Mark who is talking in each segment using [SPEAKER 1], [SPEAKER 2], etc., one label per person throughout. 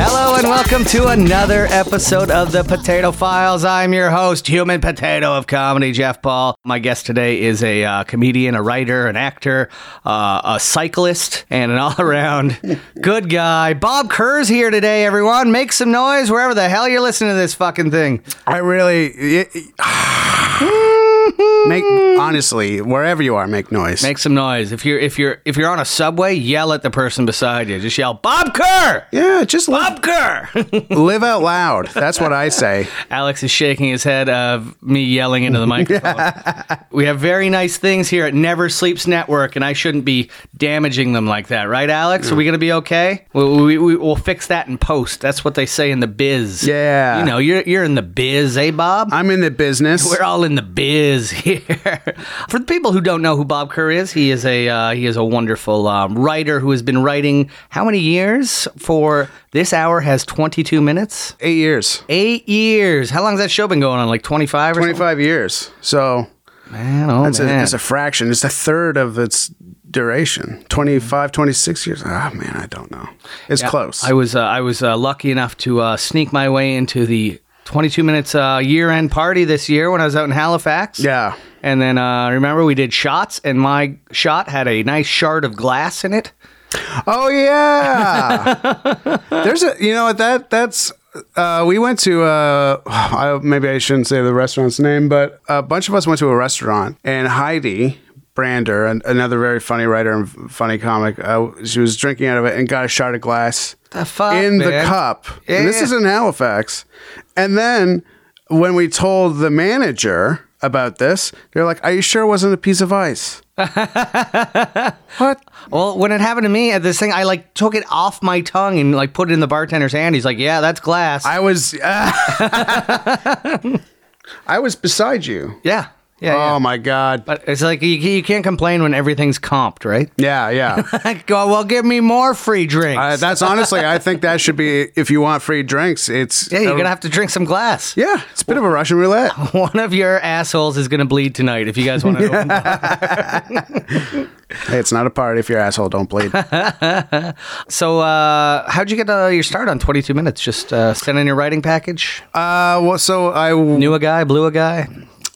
[SPEAKER 1] Hello and welcome to another episode of the Potato Files. I'm your host, Human Potato of Comedy, Jeff Paul. My guest today is a uh, comedian, a writer, an actor, uh, a cyclist, and an all-around good guy. Bob Kerr's here today. Everyone, make some noise wherever the hell you're listening to this fucking thing.
[SPEAKER 2] I really it- make honestly wherever you are, make noise.
[SPEAKER 1] Make some noise. If you're if you're if you're on a subway, yell at the person beside you. Just yell, Bob Kerr,
[SPEAKER 2] yeah, just live,
[SPEAKER 1] Bob Kerr.
[SPEAKER 2] live out loud. That's what I say.
[SPEAKER 1] Alex is shaking his head of me yelling into the microphone. we have very nice things here at Never Sleeps Network, and I shouldn't be damaging them like that, right, Alex? Are we going to be okay? We, we, we, we'll fix that in post. That's what they say in the biz.
[SPEAKER 2] Yeah.
[SPEAKER 1] You know, you're, you're in the biz, eh, Bob?
[SPEAKER 2] I'm in the business.
[SPEAKER 1] We're all in the biz here. For the people who don't know who Bob Kerr is, he is a uh, he is a wonderful um, writer who has been writing how many years? For this hour has twenty two minutes.
[SPEAKER 2] Eight years,
[SPEAKER 1] Eight years. How long's that show been going on? Like 25 or 25.
[SPEAKER 2] twenty-five years. So
[SPEAKER 1] Man, oh
[SPEAKER 2] it's a,
[SPEAKER 1] man.
[SPEAKER 2] it's a fraction. It's a third of its duration. 25, 26 years. Ah, man, I don't know. It's close.
[SPEAKER 1] I was uh, I was uh, lucky enough to uh, sneak my way into the 22 minutes uh, year end party this year when I was out in Halifax.
[SPEAKER 2] yeah.
[SPEAKER 1] And then uh, remember we did shots, and my shot had a nice shard of glass in it.
[SPEAKER 2] Oh yeah. There's a you know what that that's uh, we went to uh, I, maybe I shouldn't say the restaurant's name, but a bunch of us went to a restaurant and Heidi Brander, an, another very funny writer and f- funny comic, uh, she was drinking out of it and got a shot of glass
[SPEAKER 1] The fuck,
[SPEAKER 2] in the
[SPEAKER 1] man?
[SPEAKER 2] cup. And this
[SPEAKER 1] Yeah.
[SPEAKER 2] is in Halifax. And then when we told the manager about this, they're like, "Are you sure it wasn't a piece of ice?" what?
[SPEAKER 1] Well, when it happened to me at this thing, I like took it off my tongue and like put it in the bartender's hand. He's like, "Yeah, that's glass."
[SPEAKER 2] I was I was beside you.
[SPEAKER 1] yeah, yeah, yeah.
[SPEAKER 2] Oh my god.
[SPEAKER 1] But it's like you, you can't complain when everything's comped, right?
[SPEAKER 2] yeah, yeah.
[SPEAKER 1] Go well, give me more free drinks.
[SPEAKER 2] Uh, that's honestly, I think that should be if you want free drinks, it's
[SPEAKER 1] Yeah, you're gonna have to drink some glass.
[SPEAKER 2] yeah, it's a bit of a Russian roulette.
[SPEAKER 1] One of your assholes is gonna bleed tonight if you guys want to. open up.
[SPEAKER 2] Hey, it's not a party if your asshole don't bleed. Uh,
[SPEAKER 1] So, uh, how'd you get uh, your start on 22 minutes? Just uh, send in your writing package.
[SPEAKER 2] Uh, well, so I
[SPEAKER 1] Knew a guy, blew a guy.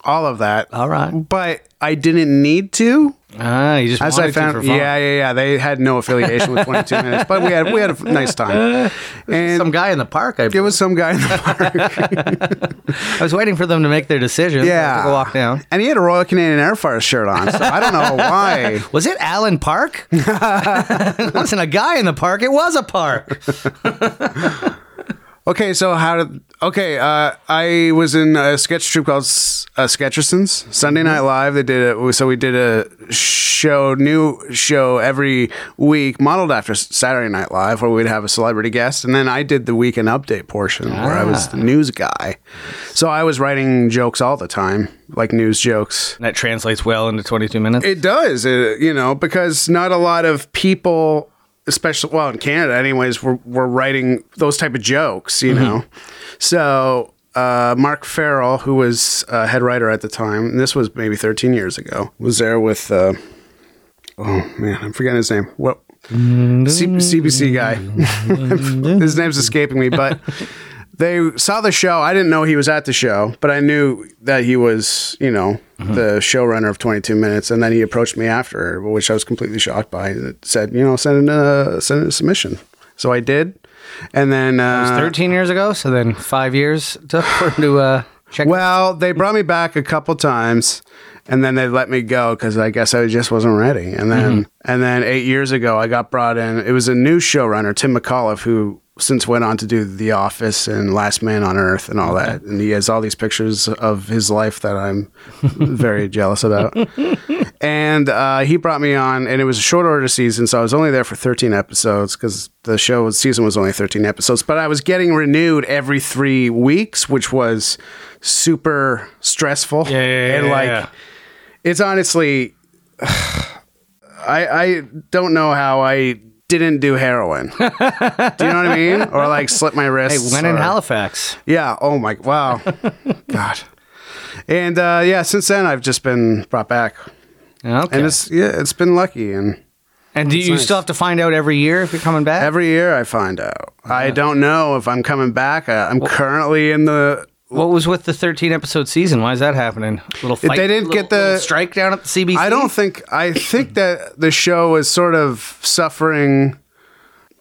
[SPEAKER 2] all of that,
[SPEAKER 1] All right.
[SPEAKER 2] but I didn't need to.
[SPEAKER 1] Ah, you just
[SPEAKER 2] As
[SPEAKER 1] wanted
[SPEAKER 2] I found,
[SPEAKER 1] to for fun.
[SPEAKER 2] yeah, yeah, yeah. They had no affiliation with 22 minutes, but we had we had a nice time. And
[SPEAKER 1] Some guy in the park. I,
[SPEAKER 2] it was some guy in the park.
[SPEAKER 1] I was waiting for them to make their decision.
[SPEAKER 2] Yeah.
[SPEAKER 1] I took a walk down.
[SPEAKER 2] And he had a Royal Canadian Air Force shirt on, so I don't know why.
[SPEAKER 1] Was it Allen Park? it wasn't a guy in the park. It was a park.
[SPEAKER 2] Okay, so how did? Okay, uh, I was in a sketch troupe called S- uh, Sketchersons Sunday Night Live. They did a so we did a show, new show every week, modeled after S- Saturday Night Live, where we'd have a celebrity guest, and then I did the weekend update portion where I was the news guy. So I was writing jokes all the time, like news jokes.
[SPEAKER 1] that translates well into 22 minutes.
[SPEAKER 2] It does, uh you know, because not a lot of people, especially well in Canada, anyways, were, were writing those type of jokes, you know. So uh, Mark Farrell, who was uh, head writer at the time, and this was maybe 13 years ago, was there with. Uh, oh man, I'm forgetting his name. What C- CBC guy? his name's escaping me, but. They saw the show. I didn't know he was at the show, but I knew that he was, you know, the showrunner of 22 Minutes. And then he approached me after, which I was completely shocked by. He said, you know, send in a send in a submission. So I did, and then uh,
[SPEAKER 1] 13 years ago, so then five years took for him to uh, check.
[SPEAKER 2] Well, they brought me back a couple times, and then they let me go because I guess I just wasn't ready. And then, and then eight years ago, I got brought in. It was a new showrunner, Tim McAuliffe, who since went on to do The Office and Last Man on Earth and all that. And he has all these pictures of his life that I'm very jealous about. And uh, he brought me on, and it was a short order season, so I was only there for 13 episodes because the show was, season was only 13 episodes. But I was getting renewed every three weeks, which was super stressful.
[SPEAKER 1] yeah, yeah,
[SPEAKER 2] and
[SPEAKER 1] yeah,
[SPEAKER 2] like,
[SPEAKER 1] yeah.
[SPEAKER 2] it's honestly, I I don't know how I didn't do heroin. do you know what I mean? Or like slip my
[SPEAKER 1] Hey,
[SPEAKER 2] wrists.
[SPEAKER 1] when in
[SPEAKER 2] or-
[SPEAKER 1] Halifax.
[SPEAKER 2] Yeah. Oh my. Wow. God. And uh, yeah, since then I've just been brought back,
[SPEAKER 1] Okay.
[SPEAKER 2] and
[SPEAKER 1] And,
[SPEAKER 2] it's yeah, it's been lucky. And
[SPEAKER 1] do you
[SPEAKER 2] nice.
[SPEAKER 1] still have to find out every year if you're coming back?
[SPEAKER 2] every year I find out. I don't know if I'm coming back. I, I'm currently in the.
[SPEAKER 1] what was with the 13 episode season? Why is that happening? Little fight,
[SPEAKER 2] they didn't
[SPEAKER 1] little-
[SPEAKER 2] get the-
[SPEAKER 1] little strike down at the CBC.
[SPEAKER 2] I don't think. I think that the show is sort of suffering.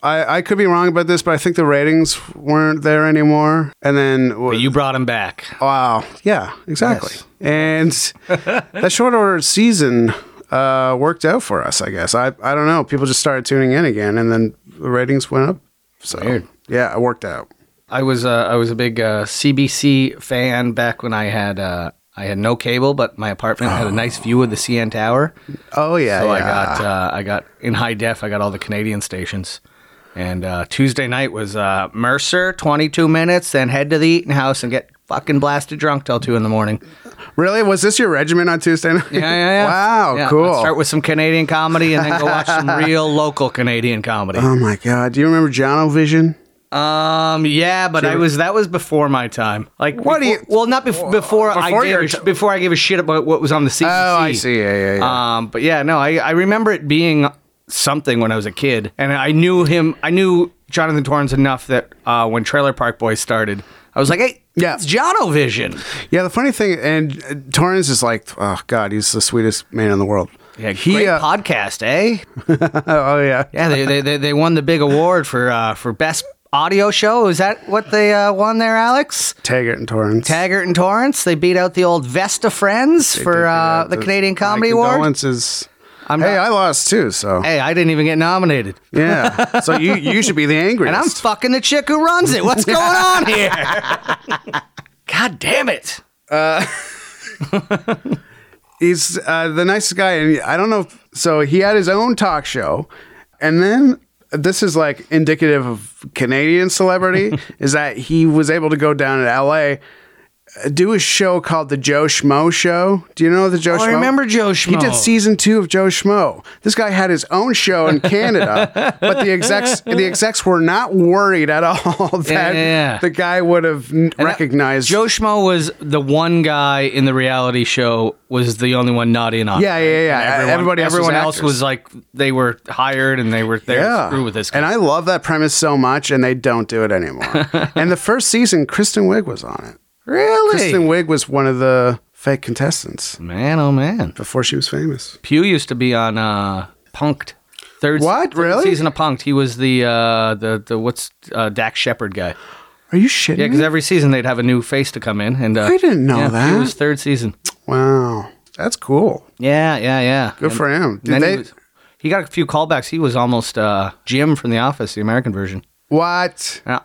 [SPEAKER 2] I, I could be wrong about this, but I think the ratings weren't there anymore. And then
[SPEAKER 1] But you brought him back.
[SPEAKER 2] Wow. Yeah, exactly. And that short order season uh, worked out for us, I guess. I, I don't know. People just started tuning in again, and then the ratings went up. So,
[SPEAKER 1] Weird.
[SPEAKER 2] yeah, it worked out.
[SPEAKER 1] I was uh, I was a big uh, CBC fan back when I had uh, I had no cable, but my apartment had a nice view of the CN Tower.
[SPEAKER 2] Oh, yeah.
[SPEAKER 1] So I
[SPEAKER 2] yeah.
[SPEAKER 1] got uh, I got in high def. I got all the Canadian stations. And uh, Tuesday night was uh, Mercer, 22 minutes, then head to the Eaton House and get fucking blasted drunk till two in the morning.
[SPEAKER 2] Really? Was this your regimen on Tuesday night?
[SPEAKER 1] Yeah, yeah, yeah.
[SPEAKER 2] wow,
[SPEAKER 1] Yeah,
[SPEAKER 2] cool.
[SPEAKER 1] let's Start with some Canadian comedy and then go watch some real local Canadian comedy.
[SPEAKER 2] oh, my God. Do you remember John O'Vision?
[SPEAKER 1] Um, yeah, but I was that was before my time. Like,
[SPEAKER 2] What do
[SPEAKER 1] before-
[SPEAKER 2] you-
[SPEAKER 1] Well, not bef- before,
[SPEAKER 2] Before
[SPEAKER 1] I
[SPEAKER 2] your
[SPEAKER 1] gave a, sh-
[SPEAKER 2] t-
[SPEAKER 1] before I gave a shit about what was on the CBC.
[SPEAKER 2] Oh, I see. Yeah, yeah, yeah.
[SPEAKER 1] Um, but yeah, no, I, I remember it being something when I was a kid, and I knew him. I knew Jonathan Torrance enough that uh, when Trailer Park Boys started, I was like, hey,
[SPEAKER 2] Yeah.
[SPEAKER 1] it's Jonovision.
[SPEAKER 2] Uh, yeah, the funny thing, and uh, Torrance is like, oh, God, he's the sweetest man in the world.
[SPEAKER 1] Yeah,
[SPEAKER 2] He,
[SPEAKER 1] great
[SPEAKER 2] uh,
[SPEAKER 1] podcast, eh?
[SPEAKER 2] Oh, yeah.
[SPEAKER 1] Yeah, they, they, they, they won the big award for uh, for best audio show. Is that what they uh, won there, Alex?
[SPEAKER 2] Taggart and Torrance.
[SPEAKER 1] Taggart and Torrance. They beat out the old Vesta Friends for uh, the Canadian Comedy Award.
[SPEAKER 2] Condolences.
[SPEAKER 1] I'm
[SPEAKER 2] hey,
[SPEAKER 1] not-
[SPEAKER 2] I lost too, so
[SPEAKER 1] Hey, I didn't even get nominated.
[SPEAKER 2] yeah. So you you should be the angriest.
[SPEAKER 1] And I'm fucking the chick who runs it. What's going on here? God damn it.
[SPEAKER 2] he's uh, the nicest guy, and I don't know. If, so he had his own talk show, and then this is like indicative of Canadian celebrity is that he was able to go down to L.A. uh, Do a show called the Joe Schmo Show. Do you know the Joe
[SPEAKER 1] Oh,
[SPEAKER 2] Schmo?
[SPEAKER 1] I remember Joe
[SPEAKER 2] He
[SPEAKER 1] Schmo.
[SPEAKER 2] did season two of Joe Schmo. This guy had his own show in Canada, but the execs the execs were not worried at all that
[SPEAKER 1] yeah, yeah. uh,
[SPEAKER 2] the guy would have n- recognized
[SPEAKER 1] Joe Schmo was the one guy in the reality show was the only one not in on. it.
[SPEAKER 2] Yeah, yeah, yeah.
[SPEAKER 1] And
[SPEAKER 2] Everybody-
[SPEAKER 1] else
[SPEAKER 2] everyone
[SPEAKER 1] was- else
[SPEAKER 2] actors.
[SPEAKER 1] was like they were hired and they were there to screw with this guy.
[SPEAKER 2] And I love that premise so much, and they don't do it anymore. and the first season, Kristen Wiig was on it.
[SPEAKER 1] really?
[SPEAKER 2] Kristen Wiig was one of the fake contestants
[SPEAKER 1] man, oh man.
[SPEAKER 2] before she was famous.
[SPEAKER 1] Pew used to be on uh, Punked. Third
[SPEAKER 2] What?
[SPEAKER 1] third
[SPEAKER 2] Really?
[SPEAKER 1] season of Punked. He was the uh, the the what's uh, Dax Shepard guy.
[SPEAKER 2] Are you shitting
[SPEAKER 1] Yeah,
[SPEAKER 2] me?
[SPEAKER 1] because every season they'd have a new face to come in, and uh,
[SPEAKER 2] I didn't know
[SPEAKER 1] yeah,
[SPEAKER 2] that.
[SPEAKER 1] Pew was third season.
[SPEAKER 2] wow, that's cool.
[SPEAKER 1] Yeah, yeah, yeah.
[SPEAKER 2] Good for him. Did
[SPEAKER 1] then
[SPEAKER 2] they-
[SPEAKER 1] he, was- he got a few callbacks. He was almost uh, Jim from The Office, the American version.
[SPEAKER 2] What?
[SPEAKER 1] Yeah.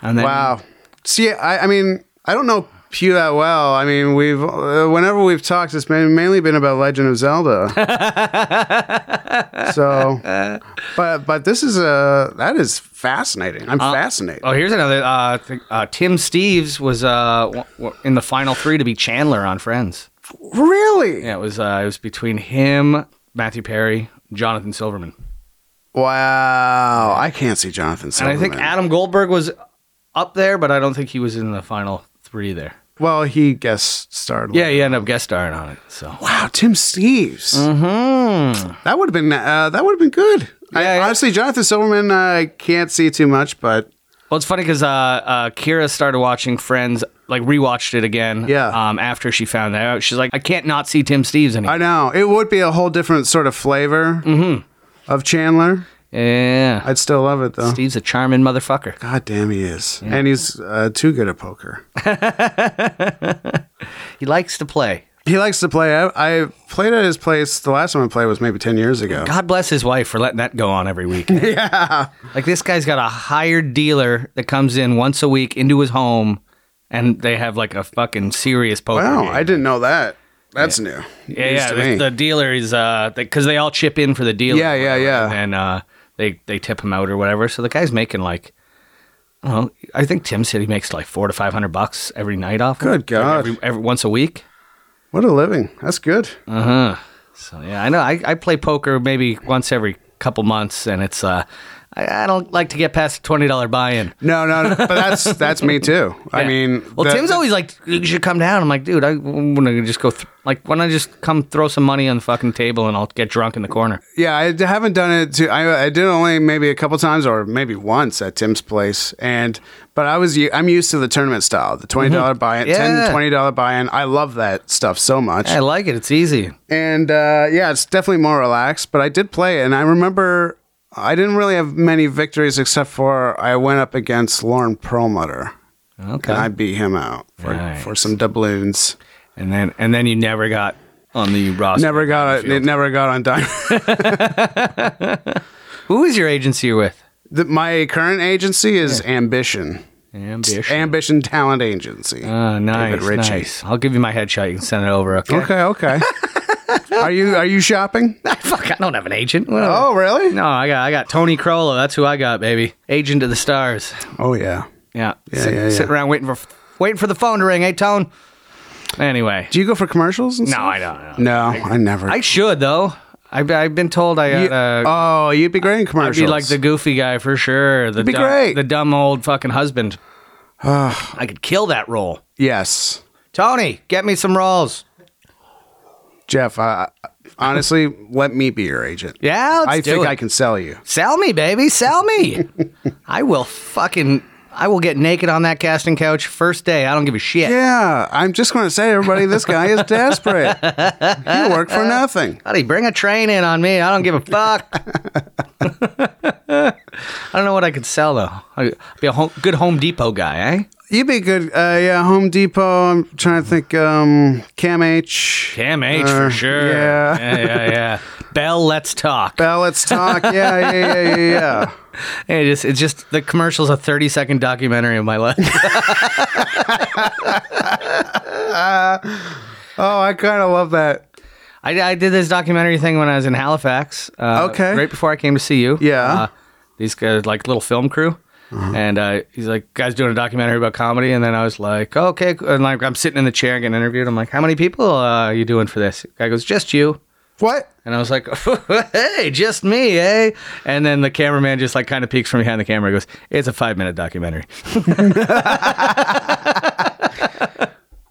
[SPEAKER 1] And then
[SPEAKER 2] Wow. See, I, I mean, I don't know Pew that well. I mean, we've uh, whenever we've talked, it's ma- mainly been about Legend of Zelda. so, but but this is a that is fascinating. I'm fascinated.
[SPEAKER 1] Oh, here's another. Uh, th- uh, Tim Steves was uh, w- w- in the final three to be Chandler on Friends.
[SPEAKER 2] Really?
[SPEAKER 1] Yeah, it was. Uh, it was between him, Matthew Perry, Jonathan Silverman,
[SPEAKER 2] Wow. I can't see Jonathan
[SPEAKER 1] and I
[SPEAKER 2] Silverman.
[SPEAKER 1] think Adam Goldberg was up there, but I don't think he was in the final three there.
[SPEAKER 2] well, he guest starred.
[SPEAKER 1] Yeah, he ended up guest starring on it. So
[SPEAKER 2] Wow, Tim Steves.
[SPEAKER 1] Mm. Mhm.
[SPEAKER 2] That would have been uh, that would have been good. I,
[SPEAKER 1] Yeah, yeah.
[SPEAKER 2] Honestly, Jonathan Silverman, uh, I can't see too much, but
[SPEAKER 1] Well, it's funny because uh, uh, Kira started watching Friends, like rewatched it again.
[SPEAKER 2] Yeah.
[SPEAKER 1] Um, after she found that out, she's like, I can't not see Tim Steves anymore.
[SPEAKER 2] I know. It would be a whole different sort of flavor
[SPEAKER 1] Mm-hmm.
[SPEAKER 2] of Chandler.
[SPEAKER 1] yeah.
[SPEAKER 2] I'd still love it though.
[SPEAKER 1] Steve's a charming motherfucker.
[SPEAKER 2] God damn, he is. And he's uh, too good at poker.
[SPEAKER 1] He likes to play.
[SPEAKER 2] He likes to play. I, I played at his place. The last time I played was maybe 10 years ago.
[SPEAKER 1] God bless his wife for letting that go on every week. yeah. Like this guy's got a hired dealer that comes in once a week into his home and they have like a fucking serious poker
[SPEAKER 2] Wow,
[SPEAKER 1] game.
[SPEAKER 2] I didn't know that. That's new.
[SPEAKER 1] yeah,
[SPEAKER 2] News
[SPEAKER 1] yeah.
[SPEAKER 2] to
[SPEAKER 1] The,
[SPEAKER 2] me.
[SPEAKER 1] the dealer is uh because they all chip in for the dealer.
[SPEAKER 2] Yeah, yeah, yeah.
[SPEAKER 1] And uh they they tip him out or whatever. So the guy's making like I don't know, I think Tim said he makes like four to five hundred bucks every night off. of it,
[SPEAKER 2] Good
[SPEAKER 1] like,
[SPEAKER 2] God.
[SPEAKER 1] Every, every once a week.
[SPEAKER 2] what a living. That's good.
[SPEAKER 1] Uh huh. So yeah, I know. I, I play poker maybe once every couple months, and it's uh, I, I don't like to get past a twenty dollar buy in.
[SPEAKER 2] No, no, no, but that's that's me too. I mean,
[SPEAKER 1] well,
[SPEAKER 2] the-
[SPEAKER 1] Tim's always like, you should come down. I'm like, dude, I want to just go, th- like, why don't I just come throw some money on the fucking table and I'll get drunk in the corner?
[SPEAKER 2] Yeah, I d- haven't done it too. I, I did only maybe a couple times or maybe once at Tim's place, and but I was u- I'm used to the tournament style, the twenty buy-in,
[SPEAKER 1] Mm-hmm. Yeah.
[SPEAKER 2] ten twenty dollar buy-in. I love that stuff so much,
[SPEAKER 1] I like it. It's easy.
[SPEAKER 2] and uh, yeah, it's definitely more relaxed. But I did play, it, and I remember I didn't really have many victories except for I went up against Lauren Perlmutter,
[SPEAKER 1] Okay.
[SPEAKER 2] and I beat him out for,
[SPEAKER 1] Nice.
[SPEAKER 2] for some doubloons.
[SPEAKER 1] and then and then you never got on the roster.
[SPEAKER 2] Never got it. Never got on diamond.
[SPEAKER 1] Who is your agency you're with?
[SPEAKER 2] The- my current agency is Ambition.
[SPEAKER 1] Ambition.
[SPEAKER 2] Ambition Talent Agency.
[SPEAKER 1] Ah, nice,
[SPEAKER 2] David Ritchie.
[SPEAKER 1] nice. I'll give you my headshot. You can send it over. Okay.
[SPEAKER 2] okay, okay. are you are you shopping?
[SPEAKER 1] Fuck, I don't have an agent. What-
[SPEAKER 2] Oh, really?
[SPEAKER 1] No, I got I got Tony Crollo. That's who I got, baby. Agent of the stars.
[SPEAKER 2] Oh yeah.
[SPEAKER 1] Yeah.
[SPEAKER 2] Yeah,
[SPEAKER 1] Sit-
[SPEAKER 2] yeah, yeah.
[SPEAKER 1] Sitting around waiting for waiting for the phone to ring. Hey, Tone. Anyway.
[SPEAKER 2] Do you go for commercials? And
[SPEAKER 1] No,
[SPEAKER 2] stuff?
[SPEAKER 1] I don't. I don't.
[SPEAKER 2] No, I never.
[SPEAKER 1] I should though. I've, I've been told I
[SPEAKER 2] You-
[SPEAKER 1] gotta
[SPEAKER 2] oh, you'd be great in
[SPEAKER 1] uh, I'd
[SPEAKER 2] commercials.
[SPEAKER 1] be like the goofy guy for sure. The
[SPEAKER 2] be
[SPEAKER 1] dumb,
[SPEAKER 2] great. Ah.
[SPEAKER 1] The dumb old fucking husband. I could kill that role.
[SPEAKER 2] yes,
[SPEAKER 1] Tony, get me some rolls.
[SPEAKER 2] Jeff. I, I- honestly, let me be your agent.
[SPEAKER 1] Yeah, let's
[SPEAKER 2] I
[SPEAKER 1] do
[SPEAKER 2] think
[SPEAKER 1] it.
[SPEAKER 2] I can sell you.
[SPEAKER 1] Sell me, baby. Sell me. I will fucking. I will get naked on that casting couch first day. I don't give a shit.
[SPEAKER 2] Yeah, I'm just going to say, everybody, this guy is desperate. you work for nothing.
[SPEAKER 1] Buddy, bring a train in on me. I don't give a fuck. I don't know what I could sell though. I'd be a home, good Home Depot guy, eh?
[SPEAKER 2] You'd be good. Uh, yeah, Home Depot. I'm trying to think. Um, Cam H.
[SPEAKER 1] Cam H
[SPEAKER 2] Uh,
[SPEAKER 1] for sure.
[SPEAKER 2] yeah.
[SPEAKER 1] yeah, yeah, yeah. Bell, let's talk.
[SPEAKER 2] Bell, let's talk. Yeah, yeah, yeah, yeah, yeah.
[SPEAKER 1] It just, it's just the commercial's a 30 second documentary of my life.
[SPEAKER 2] Oh, I kind of love that.
[SPEAKER 1] I, I did this documentary thing when I was in Halifax. Uh,
[SPEAKER 2] Okay.
[SPEAKER 1] Right before I came to see you.
[SPEAKER 2] Yeah. Mm-hmm.
[SPEAKER 1] Uh, these guys, like little film crew. And uh, he's like, guys doing a documentary about comedy. And then I was like, okay. And like, I'm sitting in the chair getting interviewed. I'm like, how many people uh, are you doing for this? Guy goes, just you.
[SPEAKER 2] What?
[SPEAKER 1] And I was like, hey, just me, eh? And then the cameraman just like kind of peeks from behind the camera and goes, it's a five minute documentary.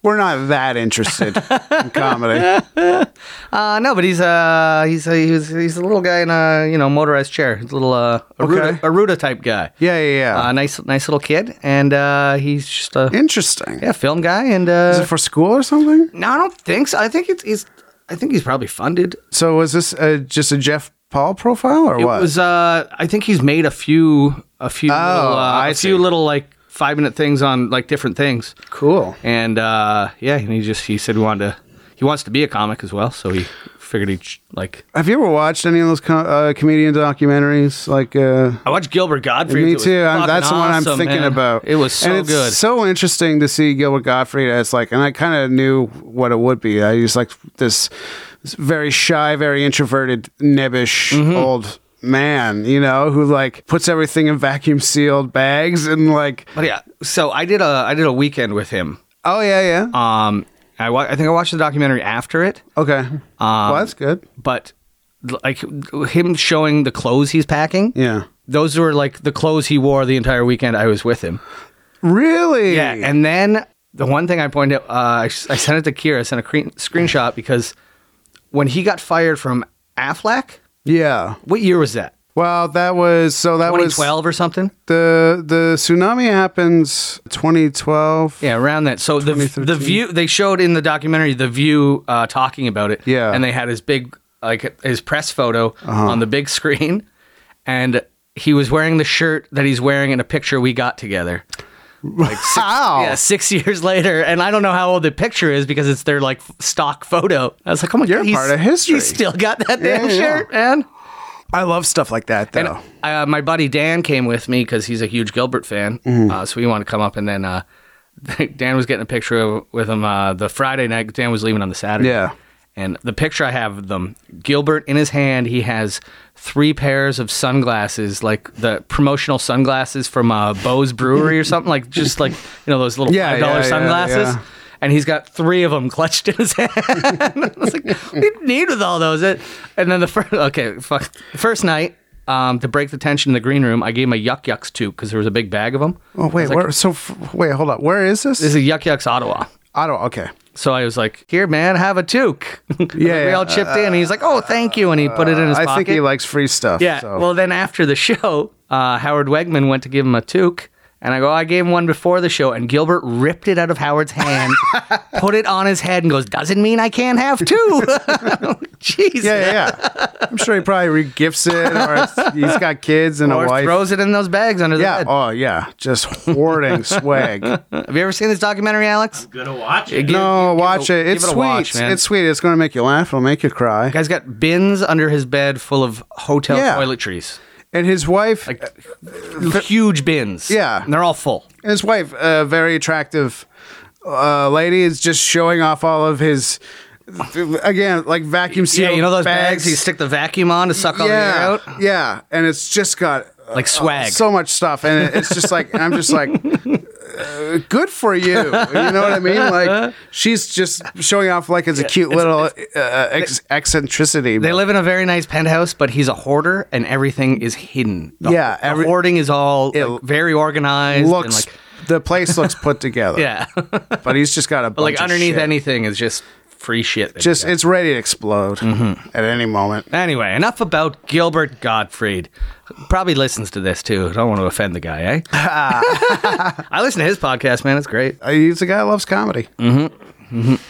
[SPEAKER 2] We're not that interested in comedy.
[SPEAKER 1] Uh, no, but he's uh he's a, he's he's a little guy in a you know motorized chair, He's a little uh Aruda,
[SPEAKER 2] Okay.
[SPEAKER 1] Aruda type guy.
[SPEAKER 2] Yeah, yeah, yeah.
[SPEAKER 1] uh, nice nice little kid, and uh, he's just a
[SPEAKER 2] Interesting.
[SPEAKER 1] yeah film guy. And uh,
[SPEAKER 2] Is it for school or something?
[SPEAKER 1] no, I don't think so. I think it's he's I think he's probably funded.
[SPEAKER 2] So was this uh, just a Jeff Paul profile or
[SPEAKER 1] It
[SPEAKER 2] what? Oh,
[SPEAKER 1] was uh I think he's made a few a few little, uh,
[SPEAKER 2] I
[SPEAKER 1] a few
[SPEAKER 2] see.
[SPEAKER 1] little like five minute things on like different things,
[SPEAKER 2] cool.
[SPEAKER 1] and uh, yeah, and he just he said he wanted to he wants to be a comic as well, so he figured he would like
[SPEAKER 2] Have you ever watched any of those co- uh, comedian documentaries? Like, uh,
[SPEAKER 1] I watched Gilbert Godfrey.
[SPEAKER 2] me too. I'm, that's the one I'm thinking about.
[SPEAKER 1] It was so
[SPEAKER 2] and it's
[SPEAKER 1] good.
[SPEAKER 2] So interesting to see Gilbert Gottfried as like, and I kind of knew what it would be. I was like this very shy, very introverted, nebbish
[SPEAKER 1] Mm-hmm.
[SPEAKER 2] old man, you know, who like puts everything in vacuum sealed bags and like,
[SPEAKER 1] but yeah, so I did a I did a weekend with him.
[SPEAKER 2] oh yeah, yeah,
[SPEAKER 1] Um, I wa- I think I watched the documentary after it,
[SPEAKER 2] okay, well that's good.
[SPEAKER 1] but like him showing the clothes he's packing.
[SPEAKER 2] Yeah,
[SPEAKER 1] Those were like the clothes he wore the entire weekend I was with him.
[SPEAKER 2] really.
[SPEAKER 1] Yeah, and then the one thing I pointed out, uh, I, s- I sent it to Kira, I sent a cre- screenshot because when he got fired from Aflac,
[SPEAKER 2] yeah.
[SPEAKER 1] what year was that?
[SPEAKER 2] Well, that was so that was
[SPEAKER 1] 2012 or something?
[SPEAKER 2] the the tsunami happens 2012.
[SPEAKER 1] Yeah, around that. So the the
[SPEAKER 2] 2013.
[SPEAKER 1] view they showed in the documentary, the view uh, talking about it.
[SPEAKER 2] Yeah. Uh-huh.
[SPEAKER 1] and they had his big like his press photo on the big screen, and he was wearing the shirt that he's wearing in a picture we got together.
[SPEAKER 2] How?
[SPEAKER 1] Yeah, six years later, and I don't know how old the picture is because it's their like stock photo. I was like, oh my
[SPEAKER 2] You're
[SPEAKER 1] god, he's-
[SPEAKER 2] part of history.
[SPEAKER 1] He's still got that damn
[SPEAKER 2] Yeah, yeah.
[SPEAKER 1] shirt, man.
[SPEAKER 2] I love stuff like that though.
[SPEAKER 1] And uh, my buddy Dan came with me because he's a huge Gilbert fan, uh, so he wanted to come up. And then uh, Dan was getting a picture of, with him uh, the Friday night. Dan was leaving on the Saturday.
[SPEAKER 2] Yeah.
[SPEAKER 1] And the picture I have of them, Gilbert in his hand, he has three pairs of sunglasses, like the promotional sunglasses from uh, Bose Brewery or something, like just like you know those little
[SPEAKER 2] Yeah,
[SPEAKER 1] five dollar
[SPEAKER 2] yeah, yeah,
[SPEAKER 1] sunglasses.
[SPEAKER 2] yeah.
[SPEAKER 1] And he's got three of them clutched in his hand. I was like, "What do you need with all those?" It, and then the first, okay, fuck. First night, um, to break the tension in the green room, I gave him a Yuck Yucks tube because there was a big bag of them.
[SPEAKER 2] Oh wait, where? so f- wait, hold on. Where is this?
[SPEAKER 1] This is Yuck Yucks Ottawa.
[SPEAKER 2] Ottawa? Okay.
[SPEAKER 1] So I was like, "Here, man, have a toque."
[SPEAKER 2] Yeah, uh,
[SPEAKER 1] we all chipped in, and he's like, "Oh, thank you," and he put it in his
[SPEAKER 2] I
[SPEAKER 1] pocket.
[SPEAKER 2] think he likes free stuff.
[SPEAKER 1] Yeah.
[SPEAKER 2] so-
[SPEAKER 1] Well, then after the show, uh, Howard Wegman went to give him a toque. And I go, I gave him one before the show, and Gilbert ripped it out of Howard's hand, put it on his head, and goes, "Doesn't mean I can't have two." Jeez,
[SPEAKER 2] yeah, yeah, yeah. I'm sure he probably regifts it, or it's- he's got kids and
[SPEAKER 1] or
[SPEAKER 2] a wife.
[SPEAKER 1] throws it in those bags under the
[SPEAKER 2] yeah.
[SPEAKER 1] bed.
[SPEAKER 2] Oh, yeah. Just hoarding swag.
[SPEAKER 1] Have you ever seen this documentary, Alex?
[SPEAKER 3] Gonna watch it.
[SPEAKER 1] Give-
[SPEAKER 2] No,
[SPEAKER 1] give
[SPEAKER 2] watch it. It's
[SPEAKER 1] give a
[SPEAKER 2] sweet.
[SPEAKER 1] watch, man.
[SPEAKER 2] it's sweet. It's going to make you laugh. It'll make you cry.
[SPEAKER 1] Guy's got bins under his bed full of hotel
[SPEAKER 2] Yeah.
[SPEAKER 1] toiletries,
[SPEAKER 2] And his wife,
[SPEAKER 1] like huge bins.
[SPEAKER 2] Yeah.
[SPEAKER 1] and they're all full.
[SPEAKER 2] his wife, a very attractive uh, lady, is just showing off all of his, again, like vacuum
[SPEAKER 1] Yeah,
[SPEAKER 2] sealed.
[SPEAKER 1] you know those bags? you stick the vacuum on to suck all the air
[SPEAKER 2] yeah,
[SPEAKER 1] out,
[SPEAKER 2] yeah. And it's just got uh,
[SPEAKER 1] like swag.
[SPEAKER 2] so much stuff, and it- it's just like I'm just like, uh, good for you. You know what I mean? Like she's just showing off like it's a cute little uh, ex- eccentricity.
[SPEAKER 1] They live in a very nice penthouse, but he's a hoarder, and everything is hidden. The,
[SPEAKER 2] Yeah,
[SPEAKER 1] the
[SPEAKER 2] every-
[SPEAKER 1] hoarding is all like, very organized. and
[SPEAKER 2] looks
[SPEAKER 1] like,
[SPEAKER 2] the place looks put together.
[SPEAKER 1] yeah, but
[SPEAKER 2] but he's just got a bunch
[SPEAKER 1] like
[SPEAKER 2] of
[SPEAKER 1] underneath
[SPEAKER 2] shit.
[SPEAKER 1] anything is just free shit. that he's
[SPEAKER 2] Just
[SPEAKER 1] got.
[SPEAKER 2] it's ready to explode
[SPEAKER 1] Mm-hmm.
[SPEAKER 2] at any moment.
[SPEAKER 1] anyway. Enough about Gilbert Gottfried. Probably listens to this too. Don't want to offend the guy, eh? I listen to his podcast, man. It's great.
[SPEAKER 2] Uh, He's a guy that loves comedy.
[SPEAKER 1] Mm.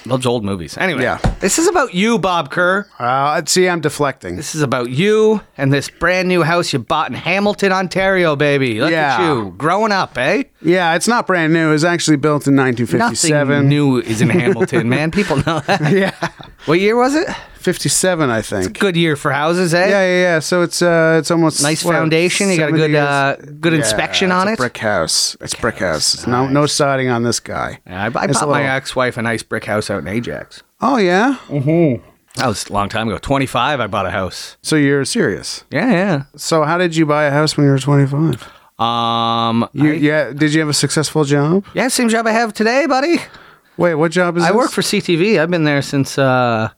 [SPEAKER 1] Loves old movies. Anyway,
[SPEAKER 2] Yeah.
[SPEAKER 1] this is about you, Bob Kerr.
[SPEAKER 2] Uh, see, I'm deflecting.
[SPEAKER 1] This is about you and this brand new house you bought in Hamilton, Ontario, baby. Look at
[SPEAKER 2] Yeah.
[SPEAKER 1] you growing up, eh?
[SPEAKER 2] Yeah, it's not brand new. It was actually built in
[SPEAKER 1] Nothing
[SPEAKER 2] 1957.
[SPEAKER 1] new is in Hamilton, man. People know that.
[SPEAKER 2] Yeah,
[SPEAKER 1] What year was it?
[SPEAKER 2] 57, I think.
[SPEAKER 1] Good year for houses, eh?
[SPEAKER 2] Yeah, yeah, yeah. So it's uh, it's almost
[SPEAKER 1] Nice
[SPEAKER 2] what,
[SPEAKER 1] foundation. You got a
[SPEAKER 2] 70
[SPEAKER 1] good
[SPEAKER 2] years?
[SPEAKER 1] uh, good
[SPEAKER 2] Yeah,
[SPEAKER 1] inspection on
[SPEAKER 2] it's
[SPEAKER 1] it.
[SPEAKER 2] A brick house. It's brick house. No, no siding on this guy.
[SPEAKER 1] I, I bought
[SPEAKER 2] It's a
[SPEAKER 1] my
[SPEAKER 2] little-
[SPEAKER 1] ex-wife a nice brick house out in Ajax.
[SPEAKER 2] Oh yeah.
[SPEAKER 1] That was a long time ago. Twenty-five, I bought a house.
[SPEAKER 2] So you're serious.
[SPEAKER 1] Yeah,
[SPEAKER 2] So how did you buy a house when you were
[SPEAKER 1] yeah.
[SPEAKER 2] 25?
[SPEAKER 1] Um,
[SPEAKER 2] You,
[SPEAKER 1] I-
[SPEAKER 2] yeah. Did you have a successful job?
[SPEAKER 1] yeah, same job I have today, buddy.
[SPEAKER 2] Wait, what job is
[SPEAKER 1] I
[SPEAKER 2] this?
[SPEAKER 1] work for CTV. I've been there since uh,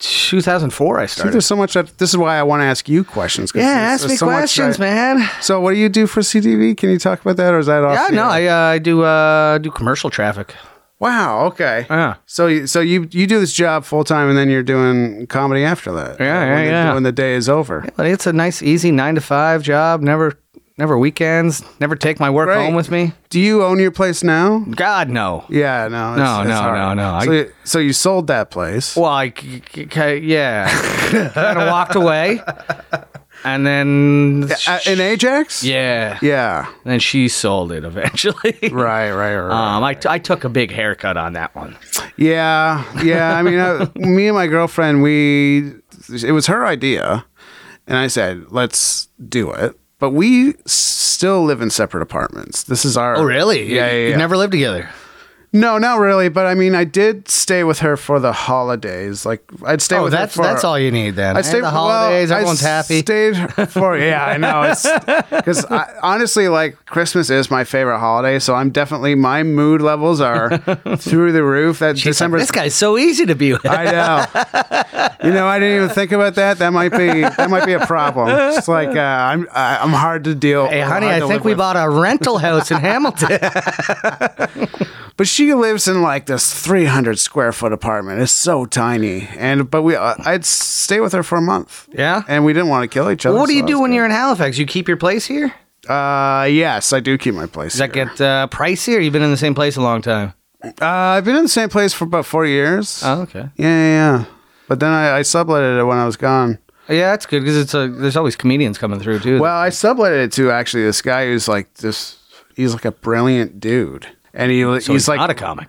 [SPEAKER 1] 2004. I
[SPEAKER 2] See,
[SPEAKER 1] started.
[SPEAKER 2] there's so much. That, this is why I want to ask you questions. 'cause
[SPEAKER 1] Yeah,
[SPEAKER 2] there's-
[SPEAKER 1] ask me
[SPEAKER 2] there's so much
[SPEAKER 1] questions,
[SPEAKER 2] that-
[SPEAKER 1] man.
[SPEAKER 2] So what do you do for CTV? Can you talk about that, or is that off?
[SPEAKER 1] Yeah,
[SPEAKER 2] the
[SPEAKER 1] no,
[SPEAKER 2] air?
[SPEAKER 1] I uh, I do uh, do commercial traffic.
[SPEAKER 2] Wow. Okay.
[SPEAKER 1] Yeah.
[SPEAKER 2] So you so you you do this job full time, and then you're doing comedy after that.
[SPEAKER 1] Yeah,
[SPEAKER 2] uh,
[SPEAKER 1] yeah,
[SPEAKER 2] when the-
[SPEAKER 1] yeah.
[SPEAKER 2] When the day is over.
[SPEAKER 1] But it's a nice, easy nine to five job. Never, never weekends. Never take my work
[SPEAKER 2] Great.
[SPEAKER 1] home with me.
[SPEAKER 2] Do you own your place now?
[SPEAKER 1] God no.
[SPEAKER 2] Yeah, no, it's,
[SPEAKER 1] No,
[SPEAKER 2] it's
[SPEAKER 1] no,
[SPEAKER 2] hard.
[SPEAKER 1] no, no.
[SPEAKER 2] So,
[SPEAKER 1] I-
[SPEAKER 2] you- so you sold that place.
[SPEAKER 1] Well, I c- c- c- yeah, kind of walked away, and then
[SPEAKER 2] Uh, in Ajax?
[SPEAKER 1] yeah,
[SPEAKER 2] Yeah.
[SPEAKER 1] And then she sold it eventually.
[SPEAKER 2] Right, right, right.
[SPEAKER 1] Um, I, t- I took a big haircut on that one.
[SPEAKER 2] yeah, yeah. I mean, uh, me and my girlfriend, we, it was her idea. And I said, let's do it. But we still live in separate apartments. This is
[SPEAKER 1] Oh,
[SPEAKER 2] our. Yeah, yeah, yeah.
[SPEAKER 1] lived together.
[SPEAKER 2] No, not really. But I mean, I did stay with her for the holidays. Like, I'd
[SPEAKER 1] Oh,
[SPEAKER 2] stay with her for.
[SPEAKER 1] you need then.
[SPEAKER 2] I stayed well, I Stayed for yeah, I know. Because honestly, like Christmas is my favorite holiday, so I'm definitely my mood levels are through the roof. That December.
[SPEAKER 1] This guy's so easy to be with.
[SPEAKER 2] I know. You know, I didn't even think about that. That might be that might be a problem. It's like uh, I'm I- I'm hard to deal.
[SPEAKER 1] Hey, honey,
[SPEAKER 2] hard
[SPEAKER 1] I
[SPEAKER 2] to
[SPEAKER 1] think
[SPEAKER 2] live
[SPEAKER 1] we
[SPEAKER 2] with.
[SPEAKER 1] bought a rental house in Hamilton.
[SPEAKER 2] But she lives in like this 300 square foot apartment. It's so tiny, and but we uh, I'd stay with her for a month.
[SPEAKER 1] Yeah?
[SPEAKER 2] and we didn't want to kill each other.
[SPEAKER 1] what do
[SPEAKER 2] so
[SPEAKER 1] you
[SPEAKER 2] that
[SPEAKER 1] do
[SPEAKER 2] was
[SPEAKER 1] when
[SPEAKER 2] good.
[SPEAKER 1] you're in Halifax? You keep your place here?
[SPEAKER 2] Uh, yes, I do keep my place.
[SPEAKER 1] Does that
[SPEAKER 2] here.
[SPEAKER 1] get uh, pricey, or you've been in the same place a long time?
[SPEAKER 2] Uh, I've been in the same place for about four years.
[SPEAKER 1] Oh, okay.
[SPEAKER 2] Yeah, yeah, yeah. But then I, I subletted it when I was gone.
[SPEAKER 1] Yeah, that's good because it's a. There's always comedians coming through too.
[SPEAKER 2] Well, I subletted it to actually this guy who's like this. He's like a brilliant dude, and he he's,
[SPEAKER 1] so he's,
[SPEAKER 2] like
[SPEAKER 1] not a comic.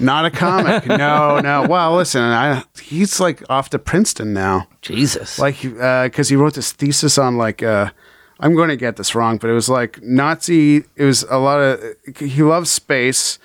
[SPEAKER 2] not a comic. no, no. Well, listen, I he's like off to Princeton now.
[SPEAKER 1] Jesus.
[SPEAKER 2] like because he wrote this thesis on like uh, I'm going to get this wrong, but it was like Nazi. It was a lot of he loves space,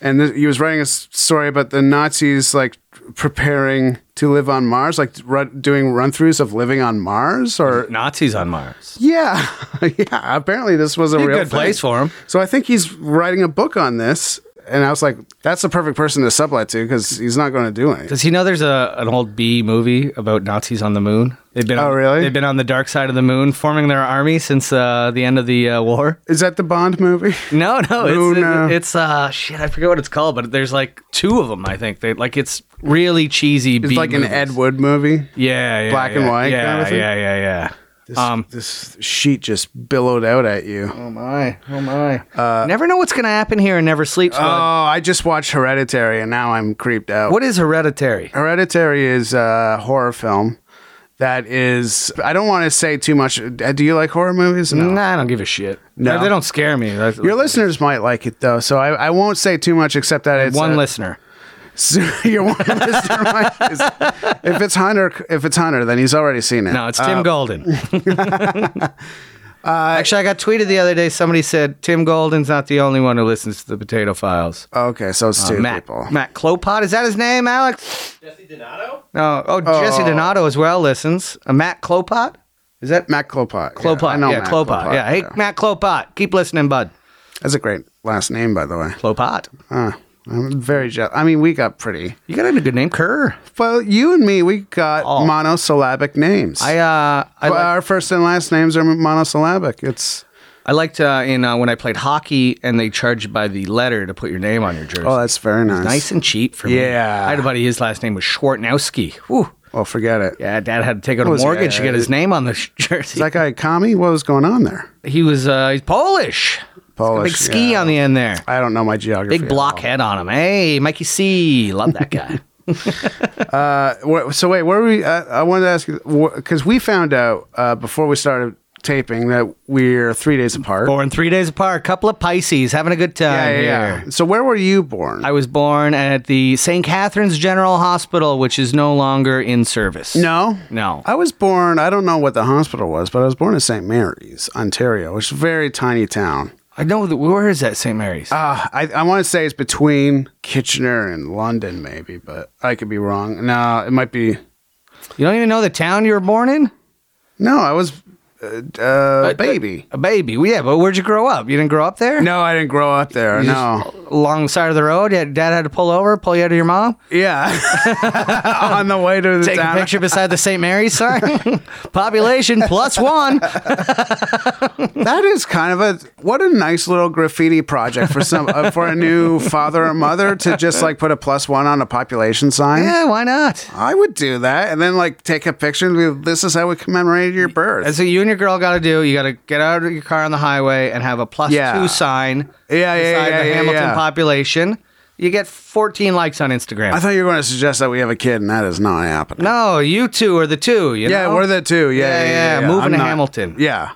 [SPEAKER 2] and th- he was writing a s- story about the Nazis like preparing to live on Mars, like run, doing run throughs of living on Mars, or
[SPEAKER 1] Nazis on Mars.
[SPEAKER 2] yeah, yeah. Apparently, this was a
[SPEAKER 1] Be a
[SPEAKER 2] real
[SPEAKER 1] good place
[SPEAKER 2] thing.
[SPEAKER 1] for him.
[SPEAKER 2] So I think he's writing a book on this. and I was like, that's the perfect person to sublet to because he's not going to do anything.
[SPEAKER 1] Does he know there's a an old B movie about Nazis on the moon? They've been
[SPEAKER 2] Oh,
[SPEAKER 1] on,
[SPEAKER 2] really?
[SPEAKER 1] They've been on the dark side of the moon, forming their army since uh, the end of the uh, war.
[SPEAKER 2] Is that the Bond movie?
[SPEAKER 1] No, no, it's
[SPEAKER 2] Moon, uh,
[SPEAKER 1] it's uh shit. I forget what it's called, but there's like two of them. I think they like it's really cheesy.
[SPEAKER 2] It's like an Ed Wood movie.
[SPEAKER 1] Yeah, yeah,
[SPEAKER 2] black and
[SPEAKER 1] yeah,
[SPEAKER 2] white
[SPEAKER 1] Yeah,
[SPEAKER 2] kind of thing?
[SPEAKER 1] yeah, yeah, yeah.
[SPEAKER 2] This,
[SPEAKER 1] Um,
[SPEAKER 2] this sheet just billowed out at you.
[SPEAKER 1] Oh my, oh my. Uh, never know what's gonna happen here and never sleeps.
[SPEAKER 2] Oh,
[SPEAKER 1] bud.
[SPEAKER 2] I just watched Hereditary and now I'm creeped out.
[SPEAKER 1] what is hereditary?
[SPEAKER 2] Hereditary is a horror film that is. I don't want to say too much. Uh, Do you like horror movies? No.
[SPEAKER 1] Nah, I don't give a shit.
[SPEAKER 2] No.
[SPEAKER 1] they don't scare me. That's-
[SPEAKER 2] Your listeners might like it though, so I, I won't say too much except that it's
[SPEAKER 1] one
[SPEAKER 2] a-
[SPEAKER 1] listener.
[SPEAKER 2] your one listener might- is- if it's Hunter, if it's Hunter, then he's already seen it.
[SPEAKER 1] No, it's Tim Golden.
[SPEAKER 2] Uh,
[SPEAKER 1] Actually, I got tweeted the other day. Somebody said Tim Golden's not the only one who listens to the Potato Files.
[SPEAKER 2] Oh, Okay, so it's two
[SPEAKER 1] Uh, Matt
[SPEAKER 2] people.
[SPEAKER 1] Matt Clopot is that his name? Alex? Jesse Donato? No, oh, Jesse Donato as well listens. Uh, Matt Clopot is that
[SPEAKER 2] Matt Clopot.
[SPEAKER 1] Clopot?
[SPEAKER 2] Yeah, I know Matt
[SPEAKER 1] Clopot. Yeah, hey Matt Clopot, keep listening, bud.
[SPEAKER 2] That's a great last name, by the way.
[SPEAKER 1] Clopot,
[SPEAKER 2] Uh, I'm very jealous. I mean, we got pretty.
[SPEAKER 1] you got a good name, Kerr.
[SPEAKER 2] Well, you and me, we got monosyllabic names.
[SPEAKER 1] Oh. I uh, I
[SPEAKER 2] Well,
[SPEAKER 1] like-
[SPEAKER 2] our first and last names are monosyllabic. It's
[SPEAKER 1] I liked uh, in uh, when I played hockey and they charged by the letter to put your name on your jersey.
[SPEAKER 2] oh, that's very nice.
[SPEAKER 1] nice and cheap for me.
[SPEAKER 2] Yeah.
[SPEAKER 1] I had a buddy, his last name was Schwartnowski. Whew.
[SPEAKER 2] Well, forget it.
[SPEAKER 1] Yeah, dad had to take out a
[SPEAKER 2] was-
[SPEAKER 1] mortgage to
[SPEAKER 2] yeah,
[SPEAKER 1] get his name on the sh- jersey.
[SPEAKER 2] Is that guy commie? What was going on there?
[SPEAKER 1] he was uh, he's Polish.
[SPEAKER 2] Polish.
[SPEAKER 1] Big ski
[SPEAKER 2] yeah.
[SPEAKER 1] on the end there.
[SPEAKER 2] I don't know my geography.
[SPEAKER 1] Big
[SPEAKER 2] at all.
[SPEAKER 1] blockhead on him. Hey, Mikey C. Love that guy.
[SPEAKER 2] Wh- So wait, where were we? Uh, I wanted to ask you because we found out uh, before we started taping that we're three days apart.
[SPEAKER 1] born three days apart, couple of Pisces, having a good time
[SPEAKER 2] yeah, yeah,
[SPEAKER 1] here.
[SPEAKER 2] yeah. So where were you born?
[SPEAKER 1] I was born at the St. Catherine's General Hospital, which is no longer in service.
[SPEAKER 2] no,
[SPEAKER 1] No.
[SPEAKER 2] I was born. I don't know what the hospital was, but I was born in St. Mary's, Ontario, which is a very tiny town.
[SPEAKER 1] I know. that- Where is that, St. Mary's?
[SPEAKER 2] Uh, I, I want to say it's between Kitchener and London, maybe, but I could be wrong. No, it might be.
[SPEAKER 1] you don't even know the town you were born in?
[SPEAKER 2] No, I was uh, uh, a baby.
[SPEAKER 1] A baby. Well, yeah, but where'd you grow up? You didn't grow up there?
[SPEAKER 2] No, I didn't grow up there. No.
[SPEAKER 1] along the side of the road. Dad dad had to pull over, pull you out of your mom,
[SPEAKER 2] Yeah. On the way to the
[SPEAKER 1] take a
[SPEAKER 2] town.
[SPEAKER 1] picture beside the St. Mary's sign. Population plus one.
[SPEAKER 2] That is kind of a what a nice little graffiti project for some uh, for a new father or mother to just like put a plus one on a population sign.
[SPEAKER 1] Yeah, why not?
[SPEAKER 2] I would do that, and then like take a picture and be, this is how we commemorated your birth.
[SPEAKER 1] That's what you and your girl got to do. You got to get out of your car on the highway and have a plus
[SPEAKER 2] Yeah.
[SPEAKER 1] two sign
[SPEAKER 2] Yeah, yeah,
[SPEAKER 1] beside
[SPEAKER 2] yeah,
[SPEAKER 1] the
[SPEAKER 2] yeah,
[SPEAKER 1] Hamilton
[SPEAKER 2] yeah.
[SPEAKER 1] population. You get 14 likes on Instagram.
[SPEAKER 2] I thought you were going to suggest that we have a kid, and that is not happening.
[SPEAKER 1] no, you two are the two. you
[SPEAKER 2] yeah,
[SPEAKER 1] know?
[SPEAKER 2] we're the two. Yeah,
[SPEAKER 1] Yeah,
[SPEAKER 2] yeah, yeah.
[SPEAKER 1] yeah, moving
[SPEAKER 2] I'm
[SPEAKER 1] to Hamilton.
[SPEAKER 2] Yeah,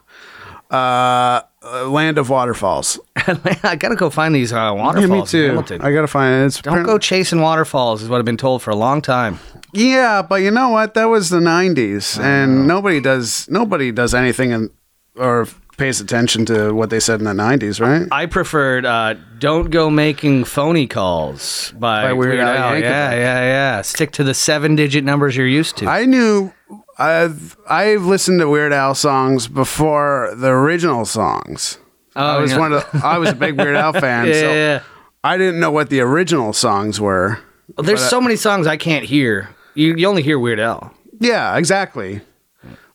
[SPEAKER 2] uh, uh, land of waterfalls.
[SPEAKER 1] I gotta go find these uh,
[SPEAKER 2] Yeah,
[SPEAKER 1] waterfalls.
[SPEAKER 2] me
[SPEAKER 1] In
[SPEAKER 2] too.
[SPEAKER 1] Hamilton.
[SPEAKER 2] I gotta find it. It's
[SPEAKER 1] Don't go chasing waterfalls is what I've been told for a long time.
[SPEAKER 2] Yeah, but you know what? That was the '90s, and nobody does nobody does anything in, or pays attention to what they said in the '90s, right?
[SPEAKER 1] I preferred uh, "Don't Go Making Phony Calls" by,
[SPEAKER 2] By Weird
[SPEAKER 1] Weird
[SPEAKER 2] Al
[SPEAKER 1] Al.
[SPEAKER 2] Yankovic.
[SPEAKER 1] Yeah, yeah, yeah. Stick to the seven-digit numbers you're used to.
[SPEAKER 2] I knew I've I've listened to Weird Al songs before the original songs. I was
[SPEAKER 1] Oh, yeah.
[SPEAKER 2] one of the, I was a big Weird Al fan,
[SPEAKER 1] yeah,
[SPEAKER 2] so
[SPEAKER 1] yeah, yeah.
[SPEAKER 2] I didn't know what the original songs were.
[SPEAKER 1] Well, There's so many songs I can't hear. You, you only hear Weird Al.
[SPEAKER 2] Yeah, exactly.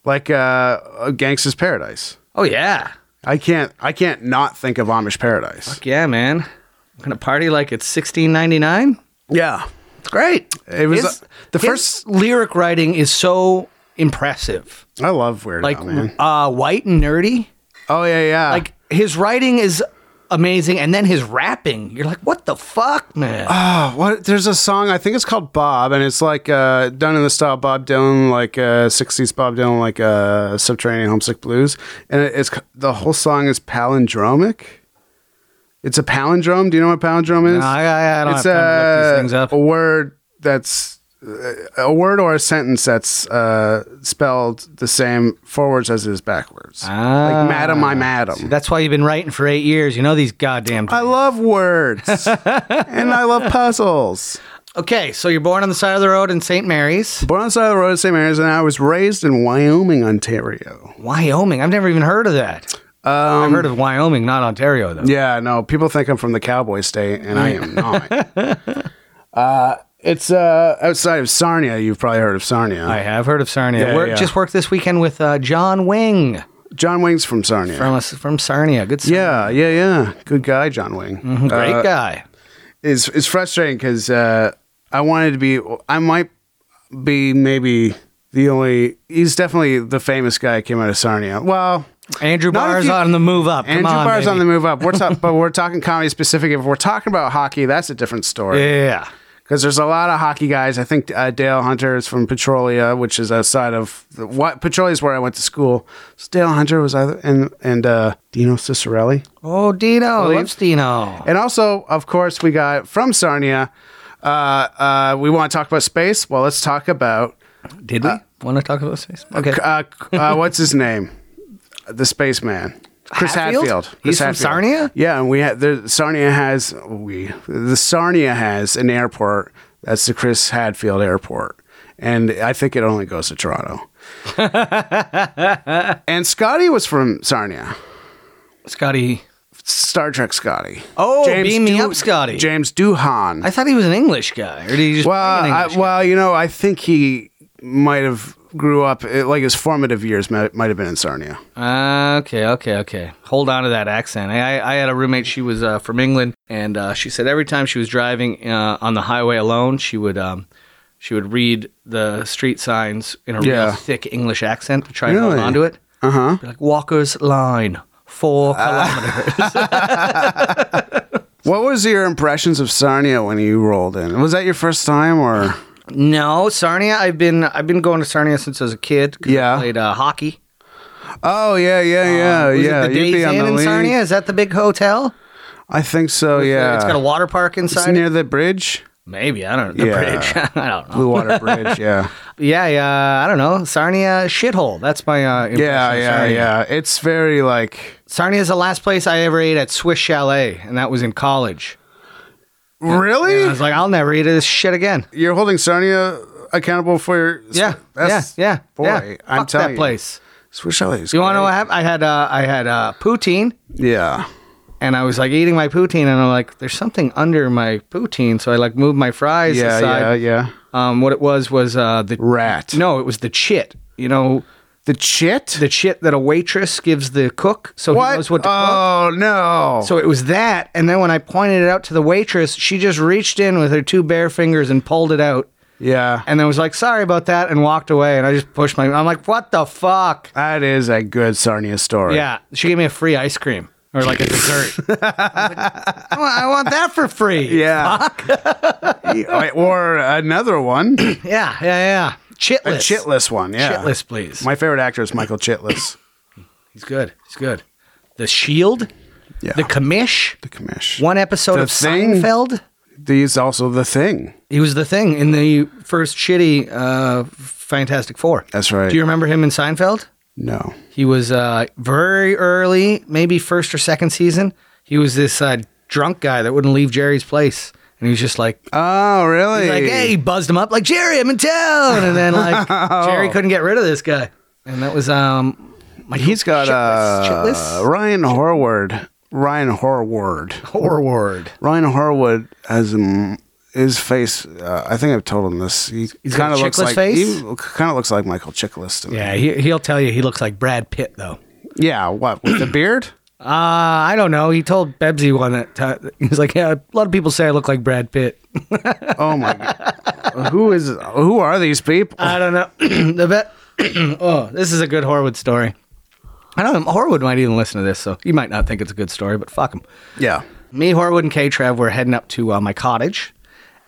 [SPEAKER 2] Like uh, Gangsta's Paradise.
[SPEAKER 1] Oh yeah,
[SPEAKER 2] I can't I can't not think of Amish Paradise.
[SPEAKER 1] yeah, man. I'm gonna party like it's 16.99.
[SPEAKER 2] Yeah.
[SPEAKER 1] It's great.
[SPEAKER 2] It was
[SPEAKER 1] His-
[SPEAKER 2] uh, the
[SPEAKER 1] his
[SPEAKER 2] first
[SPEAKER 1] lyric writing is so impressive.
[SPEAKER 2] I love Weird
[SPEAKER 1] Like
[SPEAKER 2] Al, man.
[SPEAKER 1] uh, white and nerdy.
[SPEAKER 2] Oh yeah, yeah.
[SPEAKER 1] Like his writing is amazing, and then his rapping. You're like, what the fuck, man.
[SPEAKER 2] oh, what? There's a song I think it's called Bob, and it's like uh, done in the style Bob Dylan, like uh, '60s Bob Dylan, like uh, Subterranean Homesick Blues, and it- it's c- the whole song is palindromic. It's a palindrome. Do you know what palindrome is?
[SPEAKER 1] No, I- I- I don't
[SPEAKER 2] it's uh,
[SPEAKER 1] have time to look
[SPEAKER 2] a,
[SPEAKER 1] these things up.
[SPEAKER 2] a word that's uh, a word or a sentence that's uh, spelled the same forwards as it is backwards.
[SPEAKER 1] Ah.
[SPEAKER 2] like madam, I'm madam.
[SPEAKER 1] That's why you've been writing for eight years. You know these goddamn.
[SPEAKER 2] I love words and I love puzzles.
[SPEAKER 1] okay, so you're born on the side of the road in St. Mary's,
[SPEAKER 2] Born on the side of the road in St. Mary's, and I was raised in Wyoming, Ontario.
[SPEAKER 1] Wyoming. I've never even heard of that. I've heard of Wyoming, not Ontario, though.
[SPEAKER 2] Um, Yeah, no, people think I'm from the cowboy state, and I am not. uh, it's uh, outside of Sarnia. You've probably heard of Sarnia.
[SPEAKER 1] I have heard of Sarnia.
[SPEAKER 2] Yeah,
[SPEAKER 1] Work-
[SPEAKER 2] yeah.
[SPEAKER 1] Just worked this weekend with uh, John Wing
[SPEAKER 2] John Wing's from Sarnia.
[SPEAKER 1] from us from Sarnia. Good, Sarnia. Mm-hmm.
[SPEAKER 2] yeah, Uh, yeah, yeah. Good guy, John Wing.
[SPEAKER 1] great guy.
[SPEAKER 2] It's, it's frustrating because uh, I wanted to be, I might be maybe the only, he's definitely the famous guy who came out of Sarnia. Well,
[SPEAKER 1] Andrew
[SPEAKER 2] not if
[SPEAKER 1] Barr's
[SPEAKER 2] you-
[SPEAKER 1] on the move up. Come
[SPEAKER 2] Andrew
[SPEAKER 1] on,
[SPEAKER 2] Barr's on the
[SPEAKER 1] baby.
[SPEAKER 2] move up. We're talk, but we're talking comedy specific. If we're talking about hockey, that's a different story.
[SPEAKER 1] Yeah.
[SPEAKER 2] because there's a lot of hockey guys. I think uh, Dale Hunter is from Petrolia, which is outside of the, what Petrolia is where I went to school. So Dale Hunter was either and and uh, Dino Cicerelli,
[SPEAKER 1] Oh, Dino.
[SPEAKER 2] Believe-
[SPEAKER 1] Loves Dino.
[SPEAKER 2] and also of course we got from Sarnia. Uh, uh, we want to talk about space. Well, let's talk about
[SPEAKER 1] Did we want to Uh, talk about space? Okay.
[SPEAKER 2] uh, uh, what's his name, the spaceman. Chris
[SPEAKER 1] Hatfield?
[SPEAKER 2] Hatfield.
[SPEAKER 1] He's
[SPEAKER 2] Chris
[SPEAKER 1] from Sarnia?
[SPEAKER 2] Yeah, and we had the Sarnia has we the Sarnia has an airport. That's the Chris Hadfield Airport, and I think it only goes to Toronto. and Scotty was from Sarnia.
[SPEAKER 1] Scotty.
[SPEAKER 2] Star Trek Scotty.
[SPEAKER 1] Oh, beam me up, Scotty.
[SPEAKER 2] James Doohan.
[SPEAKER 1] I thought he was an English guy, or did he just
[SPEAKER 2] well,
[SPEAKER 1] play an
[SPEAKER 2] I,
[SPEAKER 1] English
[SPEAKER 2] well, you know, I think he might have grew up it, like his formative years might, might have been in Sarnia.
[SPEAKER 1] Ah, okay, okay, okay. Hold on to that accent. I, I I had a roommate. She was uh, from England, and uh, she said every time she was driving uh, on the highway alone, she would um, she would read the street signs in a
[SPEAKER 2] Yeah.
[SPEAKER 1] real thick English accent to try and hold
[SPEAKER 2] Really?
[SPEAKER 1] on to it.
[SPEAKER 2] Uh huh.
[SPEAKER 1] Be like Walker's Line, four
[SPEAKER 2] Uh,
[SPEAKER 1] kilometers.
[SPEAKER 2] What was your impressions of Sarnia when you rolled in? Was that your first time or
[SPEAKER 1] no, Sarnia. I've been I've been going to Sarnia since I was a kid. 'cause I
[SPEAKER 2] Yeah.
[SPEAKER 1] played uh, hockey.
[SPEAKER 2] Oh yeah, yeah, yeah,
[SPEAKER 1] Um, Was it
[SPEAKER 2] yeah.
[SPEAKER 1] the
[SPEAKER 2] You'd
[SPEAKER 1] Days
[SPEAKER 2] be on
[SPEAKER 1] Inn
[SPEAKER 2] the
[SPEAKER 1] in
[SPEAKER 2] league.
[SPEAKER 1] Sarnia? Is that the big hotel?
[SPEAKER 2] I think so, yeah.
[SPEAKER 1] it's got a water park
[SPEAKER 2] It's
[SPEAKER 1] inside. it?
[SPEAKER 2] near the bridge.
[SPEAKER 1] Maybe I don't know the
[SPEAKER 2] Yeah.
[SPEAKER 1] bridge. I don't know.
[SPEAKER 2] Blue Water Bridge, yeah.
[SPEAKER 1] Yeah, yeah. I don't know. Sarnia shithole. That's my uh, impression.
[SPEAKER 2] yeah,
[SPEAKER 1] of
[SPEAKER 2] yeah,
[SPEAKER 1] Sarnia.
[SPEAKER 2] yeah. It's very like
[SPEAKER 1] Sarnia is the last place I ever ate at Swiss Chalet, and that was in college.
[SPEAKER 2] Really?
[SPEAKER 1] I was like, I'll never eat this shit again.
[SPEAKER 2] You're holding Sarnia accountable for your
[SPEAKER 1] Yeah,
[SPEAKER 2] That's,
[SPEAKER 1] yeah, yeah.
[SPEAKER 2] Boy,
[SPEAKER 1] yeah.
[SPEAKER 2] I'm
[SPEAKER 1] Fuck
[SPEAKER 2] telling
[SPEAKER 1] that
[SPEAKER 2] you.
[SPEAKER 1] place.
[SPEAKER 2] Swiss Chalet.
[SPEAKER 1] You want to know what happened? I had uh, I had uh, poutine,
[SPEAKER 2] Yeah.
[SPEAKER 1] and I was like eating my poutine, and I'm like, there's something under my poutine, so I like moved my fries
[SPEAKER 2] Yeah, yeah,
[SPEAKER 1] aside.
[SPEAKER 2] yeah.
[SPEAKER 1] Um, what it was was uh, the
[SPEAKER 2] Rat.
[SPEAKER 1] No, it was the chit. You know,
[SPEAKER 2] The chit?
[SPEAKER 1] the chit that a waitress gives the cook, so he
[SPEAKER 2] what?
[SPEAKER 1] knows what to cook.
[SPEAKER 2] oh no.
[SPEAKER 1] So it was that, and then when I pointed it out to the waitress, she just reached in with her two bare fingers and pulled it out,
[SPEAKER 2] yeah.
[SPEAKER 1] and then was like, "Sorry about that," and walked away. And I just pushed my. I'm like, "What the fuck?"
[SPEAKER 2] That is a good Sarnia story.
[SPEAKER 1] Yeah, she gave me a free ice cream or like a dessert. I, was like, "I want- I want that for free.
[SPEAKER 2] Yeah. or another one. a
[SPEAKER 1] yeah, yeah, yeah. Chitless,
[SPEAKER 2] chitless one, yeah.
[SPEAKER 1] chitless, please.
[SPEAKER 2] My favorite actor is Michael Chitless.
[SPEAKER 1] He's good. He's good. The Shield,
[SPEAKER 2] Yeah.
[SPEAKER 1] the Commish,
[SPEAKER 2] The commish.
[SPEAKER 1] one episode
[SPEAKER 2] The
[SPEAKER 1] of
[SPEAKER 2] Thing.
[SPEAKER 1] Seinfeld.
[SPEAKER 2] These also the thing.
[SPEAKER 1] He was the thing in the first shitty uh, Fantastic Four.
[SPEAKER 2] That's right.
[SPEAKER 1] Do you remember him in Seinfeld?
[SPEAKER 2] no.
[SPEAKER 1] He was uh, very early, maybe first or second season. He was this uh, drunk guy that wouldn't leave Jerry's place, and he was just like,
[SPEAKER 2] Oh, really?
[SPEAKER 1] like, hey, Oh. he buzzed him up like Jerry, I'm in town, and then like Jerry couldn't get rid of this guy, and that was um, Michael
[SPEAKER 2] He's got uh,
[SPEAKER 1] Chitless,
[SPEAKER 2] Ryan Horward. Ryan Horward.
[SPEAKER 1] Horward.
[SPEAKER 2] Ryan Horwood has um, his face. Uh, I think I've told him this. He
[SPEAKER 1] He's got
[SPEAKER 2] kind
[SPEAKER 1] a
[SPEAKER 2] of looks
[SPEAKER 1] Chickless
[SPEAKER 2] like
[SPEAKER 1] face?
[SPEAKER 2] he kind of looks like Michael Chiklis to me.
[SPEAKER 1] Yeah, he, he'll tell you he looks like Brad Pitt though.
[SPEAKER 2] Yeah, What with the beard?
[SPEAKER 1] Uh, I don't know. He told Bebsy one that time. He's like, yeah, a lot of people say I look like Brad Pitt.
[SPEAKER 2] Oh my! God. who is? Who are these people?
[SPEAKER 1] I don't know. the be- oh, this is a good Horwood story. I don't know. Horwood might even listen to this, so he might not think it's a good story, but fuck him.
[SPEAKER 2] yeah.
[SPEAKER 1] Me, Horwood, and K Trev were heading up to uh, my cottage,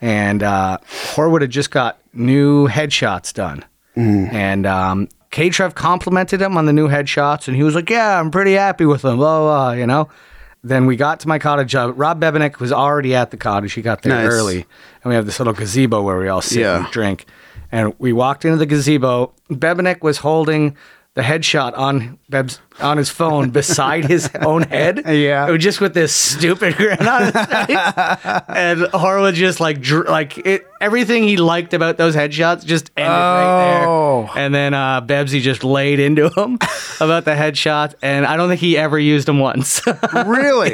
[SPEAKER 1] and uh, Horwood had just got new headshots done.
[SPEAKER 2] Mm.
[SPEAKER 1] And um, K Trev complimented him on the new headshots, and he was like, Yeah, I'm pretty happy with them, blah, blah, blah, you know? Then we got to my cottage. Uh, Rob Bebenick was already at the cottage. He got there
[SPEAKER 2] Nice.
[SPEAKER 1] early, and we have this little gazebo where we all sit
[SPEAKER 2] Yeah.
[SPEAKER 1] and drink. And we walked into the gazebo. Bebenick was holding the headshot on Beb's on his phone beside his own head.
[SPEAKER 2] Yeah.
[SPEAKER 1] It was just with this stupid grin on his face. and Horwood just like dr- like it, everything he liked about those headshots just ended
[SPEAKER 2] Oh.
[SPEAKER 1] right there. And then uh, Bebsy just laid into him about the headshot, and I don't think he ever used them once.
[SPEAKER 2] Really?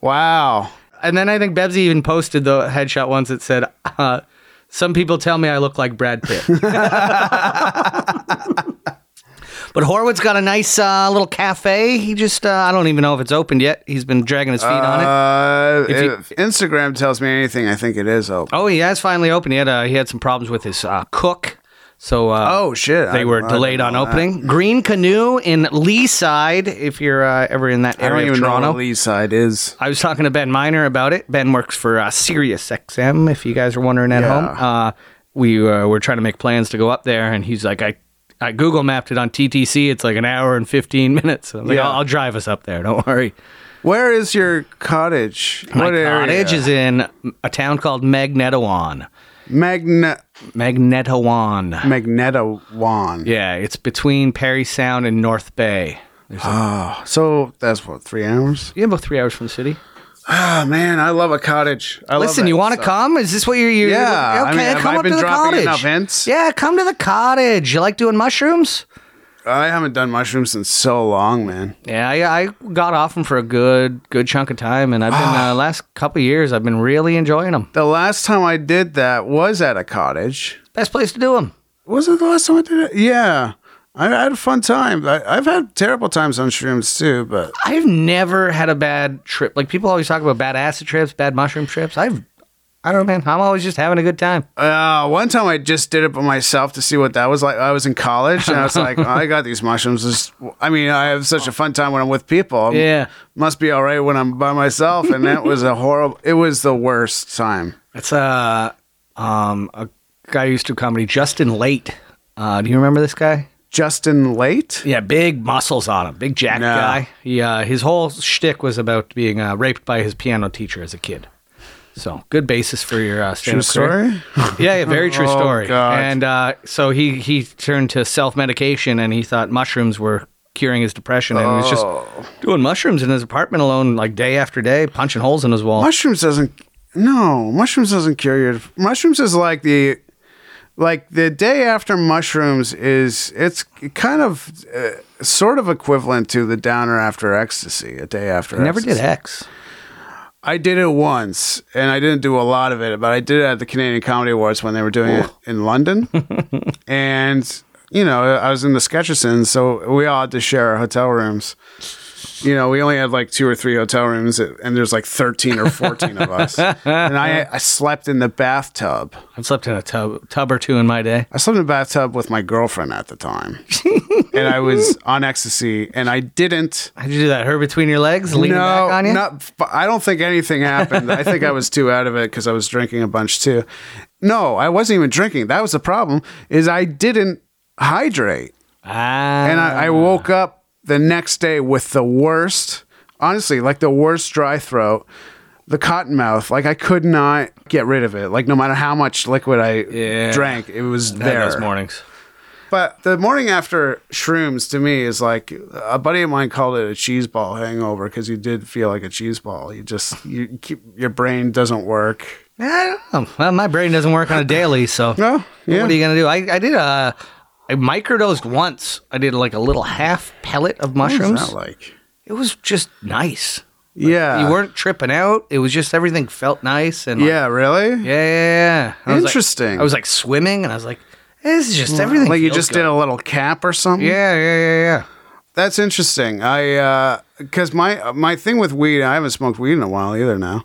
[SPEAKER 2] Wow.
[SPEAKER 1] And then I think Bebsy even posted the headshot once that said, uh, "Some people tell me I look like Brad Pitt." but Horwood's got a nice uh, little cafe. He just—I don't even know if it's opened yet. He's been dragging his feet on it.
[SPEAKER 2] Uh,
[SPEAKER 1] If you-
[SPEAKER 2] if Instagram tells me anything, I think it is open.
[SPEAKER 1] Oh, he has finally opened. He had uh, he had some problems with his uh, cook, so uh,
[SPEAKER 2] Oh, shit.
[SPEAKER 1] they
[SPEAKER 2] I-
[SPEAKER 1] were
[SPEAKER 2] I
[SPEAKER 1] delayed on
[SPEAKER 2] didn't know that.
[SPEAKER 1] opening. Green Canoe in Leaside. If you're uh, ever in that
[SPEAKER 2] I don't
[SPEAKER 1] area of
[SPEAKER 2] even know
[SPEAKER 1] Toronto,
[SPEAKER 2] what the east side is.
[SPEAKER 1] I was talking to Ben Miner about it. Ben works for uh, Sirius XM, if you guys are wondering at
[SPEAKER 2] Yeah.
[SPEAKER 1] home. Uh, we uh, were trying to make plans to go up there, and he's like, I, I Google mapped it on TTC. It's like an hour and 15 minutes. I'm like,
[SPEAKER 2] Yeah.
[SPEAKER 1] I'll, I'll drive us up there. Don't worry.
[SPEAKER 2] Where is your cottage?
[SPEAKER 1] My
[SPEAKER 2] what
[SPEAKER 1] cottage
[SPEAKER 2] area?
[SPEAKER 1] is in a town called Magnetowan.
[SPEAKER 2] Magne-
[SPEAKER 1] Magnetowan.
[SPEAKER 2] Magnetowan.
[SPEAKER 1] yeah, it's between Perry Sound and North Bay.
[SPEAKER 2] Oh, so that's what three hours.
[SPEAKER 1] You have about three hours from the city.
[SPEAKER 2] Oh man, I love a cottage. I
[SPEAKER 1] Listen, you want to come? Is this what you're? you're
[SPEAKER 2] Yeah, I
[SPEAKER 1] okay,
[SPEAKER 2] mean, have
[SPEAKER 1] come
[SPEAKER 2] I
[SPEAKER 1] up
[SPEAKER 2] been
[SPEAKER 1] to the
[SPEAKER 2] dropping
[SPEAKER 1] cottage.
[SPEAKER 2] enough hints?
[SPEAKER 1] Yeah, come to the cottage. You like doing mushrooms?
[SPEAKER 2] I haven't done mushrooms in so long, man.
[SPEAKER 1] Yeah, I, I got off them for a good good chunk of time, and I've
[SPEAKER 2] Ah.
[SPEAKER 1] been uh, last couple of years. I've been really enjoying them.
[SPEAKER 2] The last time I did that was at a cottage.
[SPEAKER 1] Best place to do them.
[SPEAKER 2] Was it the last time I did it? Yeah, I, I had a fun time. I, I've had terrible times on shrooms too, but
[SPEAKER 1] I've never had a bad trip. Like people always talk about bad acid trips, bad mushroom trips. I've I don't know, man. I'm always just having a good time.
[SPEAKER 2] Uh, one time I just did it by myself to see what that was like. I was in college and I was like, I got these mushrooms. This, I mean, I have such a fun time when I'm with people.
[SPEAKER 1] Yeah.
[SPEAKER 2] Must be all right when I'm by myself. And that was a horrible, it was the worst time.
[SPEAKER 1] It's uh um a guy who used to do comedy, Justin Late. Uh, do you remember this guy?
[SPEAKER 2] Justin Late?
[SPEAKER 1] Yeah, big muscles on him, big jack
[SPEAKER 2] No.
[SPEAKER 1] guy. He, uh, his whole shtick was about being uh, raped by his piano teacher as a kid. So good basis for your uh,
[SPEAKER 2] True
[SPEAKER 1] stand-up career.
[SPEAKER 2] story?
[SPEAKER 1] Yeah, yeah, very true
[SPEAKER 2] Oh,
[SPEAKER 1] story.
[SPEAKER 2] God.
[SPEAKER 1] And uh, so he he turned to self medication, and he thought mushrooms were curing his depression, and he was just doing mushrooms in his apartment alone, like day after day, punching holes in his wall.
[SPEAKER 2] Mushrooms doesn't, no, mushrooms doesn't cure your, mushrooms is like the, like the day after mushrooms is, it's kind of uh, sort of equivalent to the downer after ecstasy, a day after
[SPEAKER 1] I never did
[SPEAKER 2] ecstasy.
[SPEAKER 1] X.
[SPEAKER 2] I did it once, and I didn't do a lot of it, but I did it at the Canadian Comedy Awards when they were doing it in London. and you know, I was in the Sketcherson, so we all had to share our hotel rooms. You know, we only had like two or three hotel rooms, and there's like thirteen or fourteen of us. And I, I slept in the bathtub.
[SPEAKER 1] I've slept in a tub tub or two in my day.
[SPEAKER 2] I slept in a bathtub with my girlfriend at the time, and I was on ecstasy, and I didn't.
[SPEAKER 1] How'd you do that? Her between your legs, leaning back on you.
[SPEAKER 2] Not, but I don't think anything happened. I think I was too out of it because I was drinking a bunch too. No, I wasn't even drinking. That was the problem. Is I didn't hydrate,
[SPEAKER 1] Ah,
[SPEAKER 2] and I, I woke up the next day with the worst. Honestly, like the worst dry throat, the cotton mouth. Like I could not get rid of it. Like no matter how much liquid I
[SPEAKER 1] Yeah.
[SPEAKER 2] drank, it was
[SPEAKER 1] I had
[SPEAKER 2] there.
[SPEAKER 1] those mornings.
[SPEAKER 2] But the morning after shrooms to me is like a buddy of mine called it a cheese ball hangover because you did feel like a cheese ball. You just you keep your brain doesn't work.
[SPEAKER 1] I don't know. Well, my brain doesn't work on a daily, so
[SPEAKER 2] No, yeah.
[SPEAKER 1] what are you gonna do? I, I did a I microdosed once. I did like a little half pellet of mushrooms.
[SPEAKER 2] What's that like?
[SPEAKER 1] It was just nice.
[SPEAKER 2] yeah.
[SPEAKER 1] you weren't tripping out. It was just everything felt nice and like,
[SPEAKER 2] Yeah, really?
[SPEAKER 1] yeah, yeah, yeah. I was like-
[SPEAKER 2] Interesting.
[SPEAKER 1] I was like swimming, and I was like, this is just everything.
[SPEAKER 2] Like you
[SPEAKER 1] feels
[SPEAKER 2] just
[SPEAKER 1] good.
[SPEAKER 2] did a little cap or something?
[SPEAKER 1] yeah, yeah, yeah, yeah.
[SPEAKER 2] That's interesting. I because my my thing with weed, I haven't smoked weed in a while either. Now,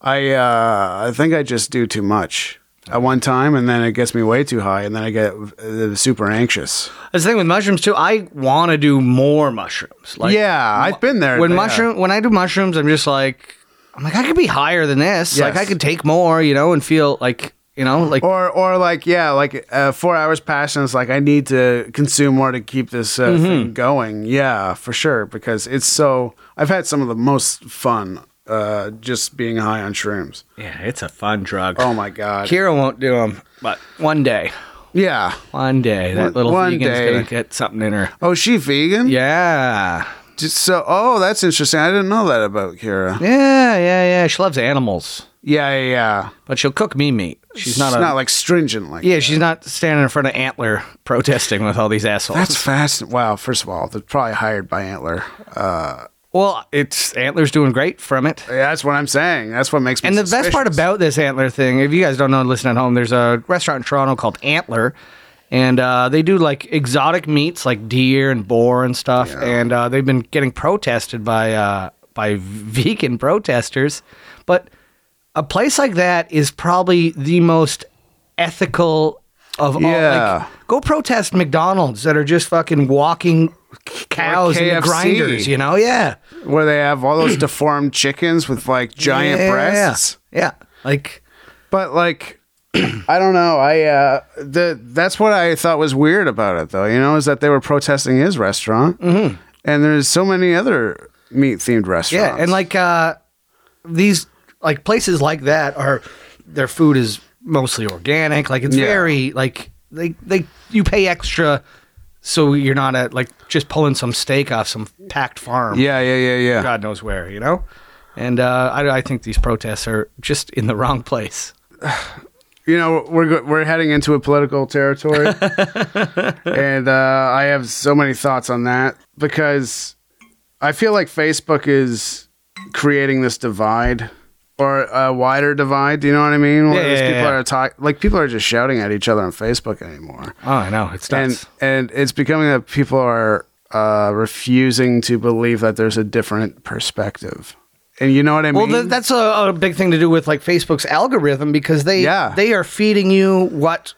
[SPEAKER 2] I uh, I think I just do too much at one time, and then it gets me way too high, and then I get uh, super anxious.
[SPEAKER 1] That's the thing with mushrooms too. I want to do more mushrooms. Like
[SPEAKER 2] yeah, I've been there.
[SPEAKER 1] when
[SPEAKER 2] Yeah.
[SPEAKER 1] mushroom when I do mushrooms, I'm just like I'm like I could be higher than this. Like
[SPEAKER 2] Yes. Oh.
[SPEAKER 1] I could take more, you know, and feel like you know, like
[SPEAKER 2] or or like yeah, like uh, four hours past, and it's like I need to consume more to keep this uh,
[SPEAKER 1] Mm-hmm.
[SPEAKER 2] thing going. Yeah, for sure, because it's so. I've had some of the most fun uh, just being high on shrooms.
[SPEAKER 1] yeah, it's a fun drug.
[SPEAKER 2] Oh my god.
[SPEAKER 1] Kira won't do them, but one day,
[SPEAKER 2] Yeah.
[SPEAKER 1] One day, that little
[SPEAKER 2] One
[SPEAKER 1] vegan's
[SPEAKER 2] day.
[SPEAKER 1] gonna get something in her.
[SPEAKER 2] Oh, is she vegan?
[SPEAKER 1] Yeah,
[SPEAKER 2] Just so, oh, that's interesting. I didn't know that about Kira.
[SPEAKER 1] yeah, yeah, yeah. She loves animals,
[SPEAKER 2] Yeah, yeah. yeah.
[SPEAKER 1] but she'll cook me meat. She's not
[SPEAKER 2] it's
[SPEAKER 1] a
[SPEAKER 2] not like stringent like.
[SPEAKER 1] yeah. She's not standing in front of Antler protesting with all these assholes.
[SPEAKER 2] That's fascinating. Wow. First of all, they're probably hired by Antler. Uh,
[SPEAKER 1] well, it's Antler's doing great from it.
[SPEAKER 2] yeah, that's what I'm saying. That's what makes me.
[SPEAKER 1] And the best part
[SPEAKER 2] suspicious.
[SPEAKER 1] about this antler thing, if you guys don't know, listen at home. There's a restaurant in Toronto called Antler, and uh, they do like exotic meats like deer and boar and stuff. And uh, they've been getting protested by uh, by vegan protesters. But a place like that is probably the most ethical of all.
[SPEAKER 2] Yeah.
[SPEAKER 1] Like, go protest McDonald's that are just fucking walking cows and
[SPEAKER 2] KFC.
[SPEAKER 1] grinders. You know, yeah,
[SPEAKER 2] where they have all those deformed chickens with like giant
[SPEAKER 1] Yeah, yeah, yeah.
[SPEAKER 2] breasts.
[SPEAKER 1] yeah, like.
[SPEAKER 2] But like, I don't know. I uh, the that's what I thought was weird about it though. You know, is that they were protesting his restaurant, mm-hmm. and there's so many other meat themed
[SPEAKER 1] Yeah,
[SPEAKER 2] restaurants.
[SPEAKER 1] and like uh, these like places like that are their food is mostly organic. Like it's
[SPEAKER 2] Yeah.
[SPEAKER 1] very like they they you pay extra so you're not at like just pulling some steak off some packed farm.
[SPEAKER 2] yeah, yeah, yeah, yeah.
[SPEAKER 1] God knows where, you know? And uh, I, I think these protests are just in the wrong place.
[SPEAKER 2] you know we're go- we're heading into a political territory, and uh, I have so many thoughts on that because I feel like Facebook is creating this divide or a wider divide. Do you know what I mean? Where
[SPEAKER 1] Yeah,
[SPEAKER 2] these
[SPEAKER 1] yeah,
[SPEAKER 2] people
[SPEAKER 1] yeah.
[SPEAKER 2] are talk- like people are just shouting at each other on Facebook anymore,
[SPEAKER 1] Oh, I know. It's
[SPEAKER 2] and
[SPEAKER 1] nuts.
[SPEAKER 2] and it's becoming that people are uh, refusing to believe that there's a different perspective. And you know what I
[SPEAKER 1] well,
[SPEAKER 2] mean?
[SPEAKER 1] th- that's a, a big thing to do with like Facebook's algorithm because they
[SPEAKER 2] Yeah.
[SPEAKER 1] they are feeding you what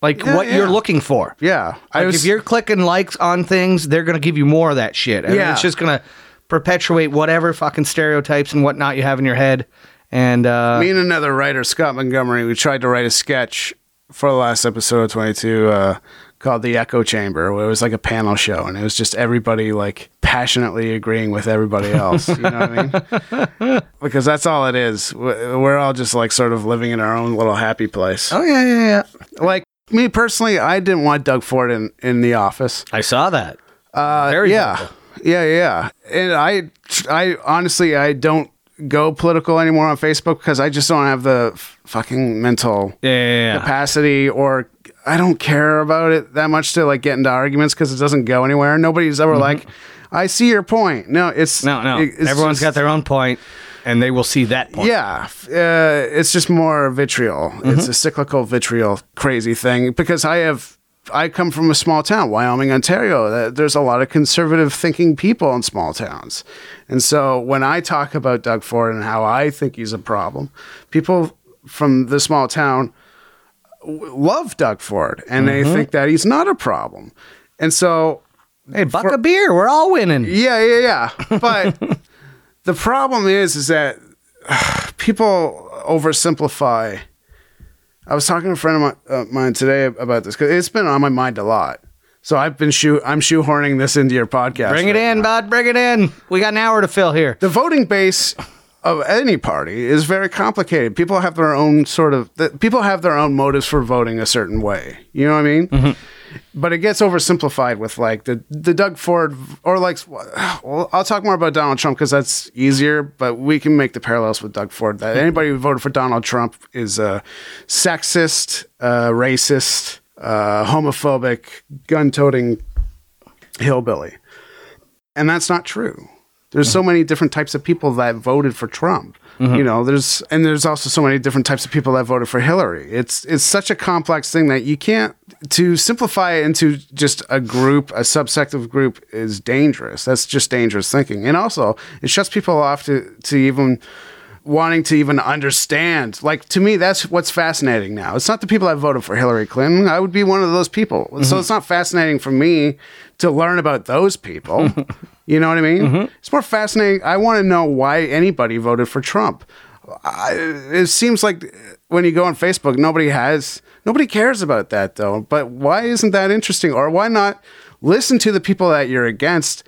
[SPEAKER 1] like
[SPEAKER 2] Yeah,
[SPEAKER 1] what you're
[SPEAKER 2] yeah.
[SPEAKER 1] looking for.
[SPEAKER 2] yeah. I
[SPEAKER 1] Like
[SPEAKER 2] was
[SPEAKER 1] if you're clicking likes on things, they're gonna give you more of that shit. And
[SPEAKER 2] Yeah.
[SPEAKER 1] it's just gonna perpetuate whatever fucking stereotypes and whatnot you have in your head. And uh,
[SPEAKER 2] me and another writer, Scott Montgomery, we tried to write a sketch for the last episode of 22 uh, called The Echo Chamber, where it was like a panel show and it was just everybody like passionately agreeing with everybody else. you know what I mean? Because that's all it is. We're we're all just like sort of living in our own little happy place.
[SPEAKER 1] oh yeah, yeah, yeah.
[SPEAKER 2] Like me personally, I didn't want Doug Ford in, in the office.
[SPEAKER 1] I saw that.
[SPEAKER 2] Uh,
[SPEAKER 1] Very
[SPEAKER 2] yeah, yeah, yeah. And I, I honestly, I don't go political anymore on Facebook because I just don't have the f- fucking mental
[SPEAKER 1] Yeah, yeah, yeah.
[SPEAKER 2] capacity, or I don't care about it that much to like get into arguments because it doesn't go anywhere. Nobody's ever like, I see your point. No, it's
[SPEAKER 1] Mm-hmm. No, no.
[SPEAKER 2] it- it's
[SPEAKER 1] Everyone's got their own point, and they will see that point.
[SPEAKER 2] yeah, f- uh, it's just more vitriol.
[SPEAKER 1] Mm-hmm.
[SPEAKER 2] It's a cyclical vitriol crazy thing because I have I come from a small town, Wyoming, Ontario. Th- There's a lot of conservative thinking people in small towns. And so when I talk about Doug Ford and how I think he's a problem, people from the small town w- love Doug Ford and
[SPEAKER 1] Mm-hmm.
[SPEAKER 2] they think that he's not a problem. And so
[SPEAKER 1] Hey, buck a beer. We're all winning.
[SPEAKER 2] yeah, yeah, yeah. But the problem is, is that people oversimplify. I was talking to a friend of my, uh, mine today about this because it's been on my mind a lot. So I've been shoe I'm shoehorning this into your podcast.
[SPEAKER 1] Bring it
[SPEAKER 2] right
[SPEAKER 1] in,
[SPEAKER 2] now.
[SPEAKER 1] bud. Bring it in. We got an hour to fill here.
[SPEAKER 2] The voting base of any party is very complicated. People have their own sort of th- people have their own motives for voting a certain way. You know what I mean? But it gets oversimplified with like the the Doug Ford v- or like well, I'll talk more about Donald Trump because that's easier. But we can make the parallels with Doug Ford. That anybody who voted for Donald Trump is a sexist, uh, racist, uh, homophobic, gun-toting hillbilly. And that's not true. There's so many different types of people that voted for Trump. You know, there's and there's also so many different types of people that voted for Hillary. It's it's such a complex thing that you can't to simplify it into just a group, a subsect of group is dangerous. That's just dangerous thinking. And also, it shuts people off to to even wanting to even understand. Like to me, that's what's fascinating now. It's not the people that voted for Hillary Clinton. I would be one of those people. So it's not fascinating for me to learn about those people. you know what I mean? It's more fascinating. I want to know why anybody voted for Trump. I, it seems like when you go on Facebook, nobody has nobody cares about that though. But why isn't that interesting? Or why not listen to the people that you're against?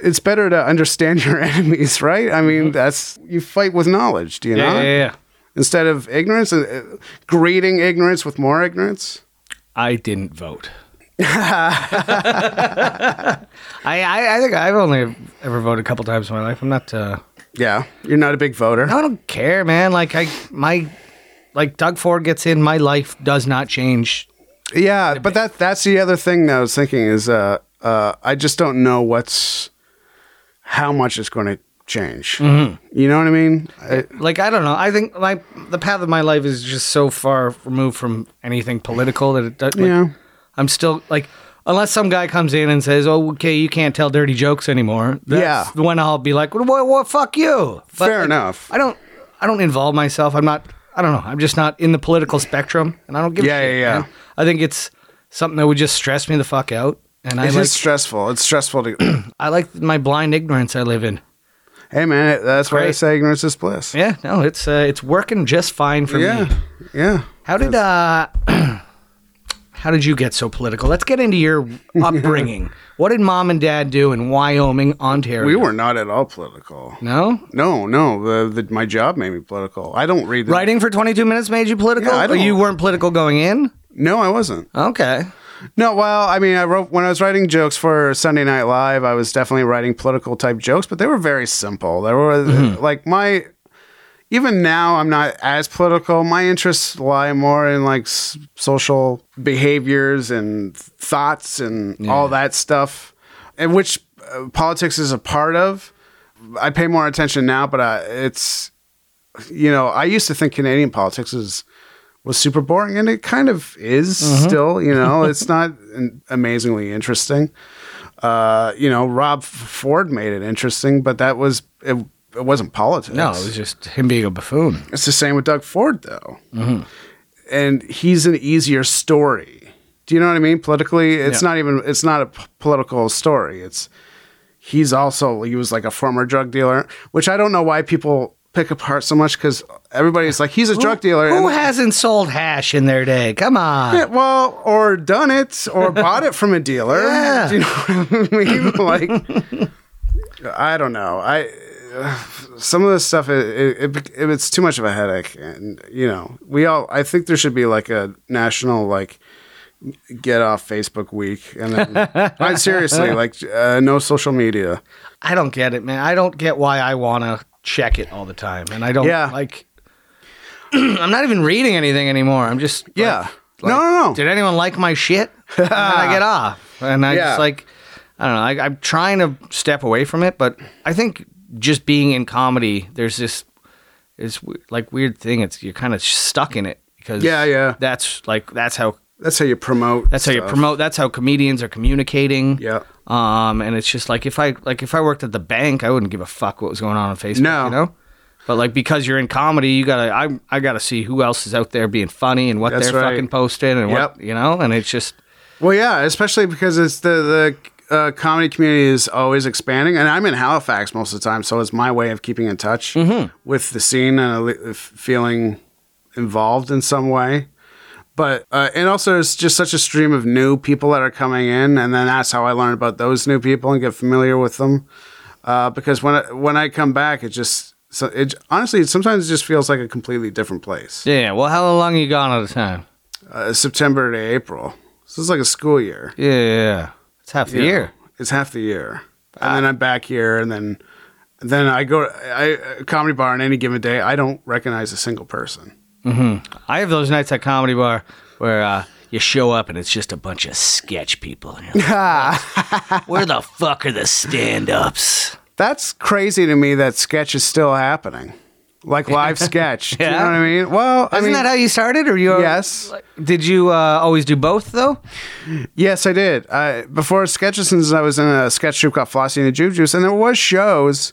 [SPEAKER 2] it's better to understand your enemies, right? I mean, that's you fight with knowledge, do you
[SPEAKER 1] Mm-hmm. Yeah,
[SPEAKER 2] know?
[SPEAKER 1] yeah, yeah.
[SPEAKER 2] Instead of ignorance, uh, uh, greeting ignorance with more ignorance.
[SPEAKER 1] I didn't vote. I, I I think I've only ever voted a couple times in my life. I'm not. Uh,
[SPEAKER 2] Yeah, you're not a big voter.
[SPEAKER 1] I don't care, man. Like I my like Doug Ford gets in, my life does not change.
[SPEAKER 2] Yeah, but that that's the other thing that I was thinking is uh, uh, I just don't know what's how much it's going to change.
[SPEAKER 1] Mm-hmm.
[SPEAKER 2] You know what I mean? I,
[SPEAKER 1] Like I don't know. I think my the path of my life is just so far removed from anything political that it does. Like,
[SPEAKER 2] Yeah.
[SPEAKER 1] I'm still like. Unless some guy comes in and says, "Oh, okay, you can't tell dirty jokes anymore," that's
[SPEAKER 2] Yeah.
[SPEAKER 1] when I'll be like, "What? Well, well, fuck you." But,
[SPEAKER 2] Fair
[SPEAKER 1] like,
[SPEAKER 2] enough.
[SPEAKER 1] I don't. I don't involve myself. I'm not. I don't know. I'm just not in the political spectrum, and I don't give.
[SPEAKER 2] Yeah,
[SPEAKER 1] a shit,
[SPEAKER 2] yeah, yeah.
[SPEAKER 1] man. I think it's something that would just stress me the fuck out, and I
[SPEAKER 2] It's
[SPEAKER 1] like
[SPEAKER 2] just stressful. It's stressful to.
[SPEAKER 1] I like my blind ignorance I live in.
[SPEAKER 2] hey man, it, that's why I
[SPEAKER 1] Great.
[SPEAKER 2] say ignorance is bliss.
[SPEAKER 1] Yeah, no, it's uh, it's working just fine for me.
[SPEAKER 2] yeah, yeah.
[SPEAKER 1] How did uh how did you get so political? Let's get into your upbringing. what did mom and dad do in Wyoming, Ontario?
[SPEAKER 2] We were not at all political.
[SPEAKER 1] no
[SPEAKER 2] No, no. The, the, my job made me political. I don't read. The,
[SPEAKER 1] writing for 22 minutes made you political.
[SPEAKER 2] Yeah, I
[SPEAKER 1] Or you
[SPEAKER 2] don't-
[SPEAKER 1] weren't political going in.
[SPEAKER 2] No, I wasn't.
[SPEAKER 1] Okay,
[SPEAKER 2] No, well, I mean, I wrote when I was writing jokes for Sunday Night Live. I was definitely writing political type jokes, but they were very simple. They were like my. Even now, I'm not as political. My interests lie more in like s- social behaviors and thoughts and all that stuff, and which uh, politics is a part of. I pay more attention now, but I, it's you know, I used to think Canadian politics is was super boring, and it kind of is
[SPEAKER 1] Mm-hmm.
[SPEAKER 2] still. You know, it's not an- amazingly interesting. Uh, you know, Rob F- Ford made it interesting, but that was it. It wasn't politics.
[SPEAKER 1] no, it was just him being a buffoon.
[SPEAKER 2] it's the same with Doug Ford though,
[SPEAKER 1] Mm-hmm.
[SPEAKER 2] and he's an easier story. Do you know what I mean? Politically, it's
[SPEAKER 1] Yeah.
[SPEAKER 2] not even. It's not a p- political story. It's he's also he was like a former drug dealer, which I don't know why people pick apart so much because everybody's like he's a drug dealer.
[SPEAKER 1] Who
[SPEAKER 2] and-
[SPEAKER 1] hasn't sold hash in their day? Come on.
[SPEAKER 2] Yeah, well, or done it, or bought it from a dealer.
[SPEAKER 1] Yeah.
[SPEAKER 2] Do you know what I mean? Like, I don't know. I some of this stuff it, it, it, it's too much of a headache, and you know, we all. I think there should be like a national like get off Facebook week, and then I seriously like uh, no social media.
[SPEAKER 1] I don't get it, man. I don't get why I want to check it all the time, and I don't
[SPEAKER 2] Yeah.
[SPEAKER 1] like. I'm not even reading anything anymore. I'm just like,
[SPEAKER 2] Yeah.
[SPEAKER 1] like,
[SPEAKER 2] No, no, no.
[SPEAKER 1] Did anyone like my shit? and then I get off, and I
[SPEAKER 2] Yeah.
[SPEAKER 1] just like, I don't know. I, I'm trying to step away from it, but I think just being in comedy, there's this, it's w- like weird thing. It's you're kind of stuck in it because
[SPEAKER 2] Yeah, yeah.
[SPEAKER 1] That's like that's how
[SPEAKER 2] That's how you promote.
[SPEAKER 1] that's how you
[SPEAKER 2] stuff.
[SPEAKER 1] promote. That's how comedians are communicating.
[SPEAKER 2] Yeah.
[SPEAKER 1] Um, and it's just like if I like if I worked at the bank, I wouldn't give a fuck what was going on on Facebook.
[SPEAKER 2] No.
[SPEAKER 1] You know. But like because you're in comedy, you gotta I I gotta see who else is out there being funny and what
[SPEAKER 2] That's
[SPEAKER 1] they're
[SPEAKER 2] right.
[SPEAKER 1] fucking posting and
[SPEAKER 2] Yep.
[SPEAKER 1] what you know. And it's just
[SPEAKER 2] Well, yeah, especially because it's the the uh, comedy community is always expanding, and I'm in Halifax most of the time, so it's my way of keeping in touch with the scene and at le- feeling involved in some way. But uh, and also it's just such a stream of new people that are coming in, and then that's how I learn about those new people and get familiar with them. Uh, because when I, when I come back, it just so it honestly it sometimes just feels like a completely different place.
[SPEAKER 1] yeah. Well, how long you gone at a time?
[SPEAKER 2] Uh, September to April, so it's like a school year.
[SPEAKER 1] Yeah, yeah, yeah. It's half the
[SPEAKER 2] Yeah.
[SPEAKER 1] year.
[SPEAKER 2] It's half the year,
[SPEAKER 1] Ah.
[SPEAKER 2] and then I'm back here, and then then I go I a comedy bar on any given day. I don't recognize a single person.
[SPEAKER 1] I have those nights at comedy bar where uh, you show up and it's just a bunch of sketch people. And you're like, Where the fuck are the stand-ups?
[SPEAKER 2] That's crazy to me that sketch is still happening, like live sketch. Do you know
[SPEAKER 1] Yeah.
[SPEAKER 2] what I mean? Well, I
[SPEAKER 1] Isn't
[SPEAKER 2] mean,
[SPEAKER 1] that how you started? Or you
[SPEAKER 2] yes,
[SPEAKER 1] Did you uh, always do both though?
[SPEAKER 2] yes, I did. I, before Sketchesons, I was in a sketch troupe called Flossie and the Juju Juice, and there was shows.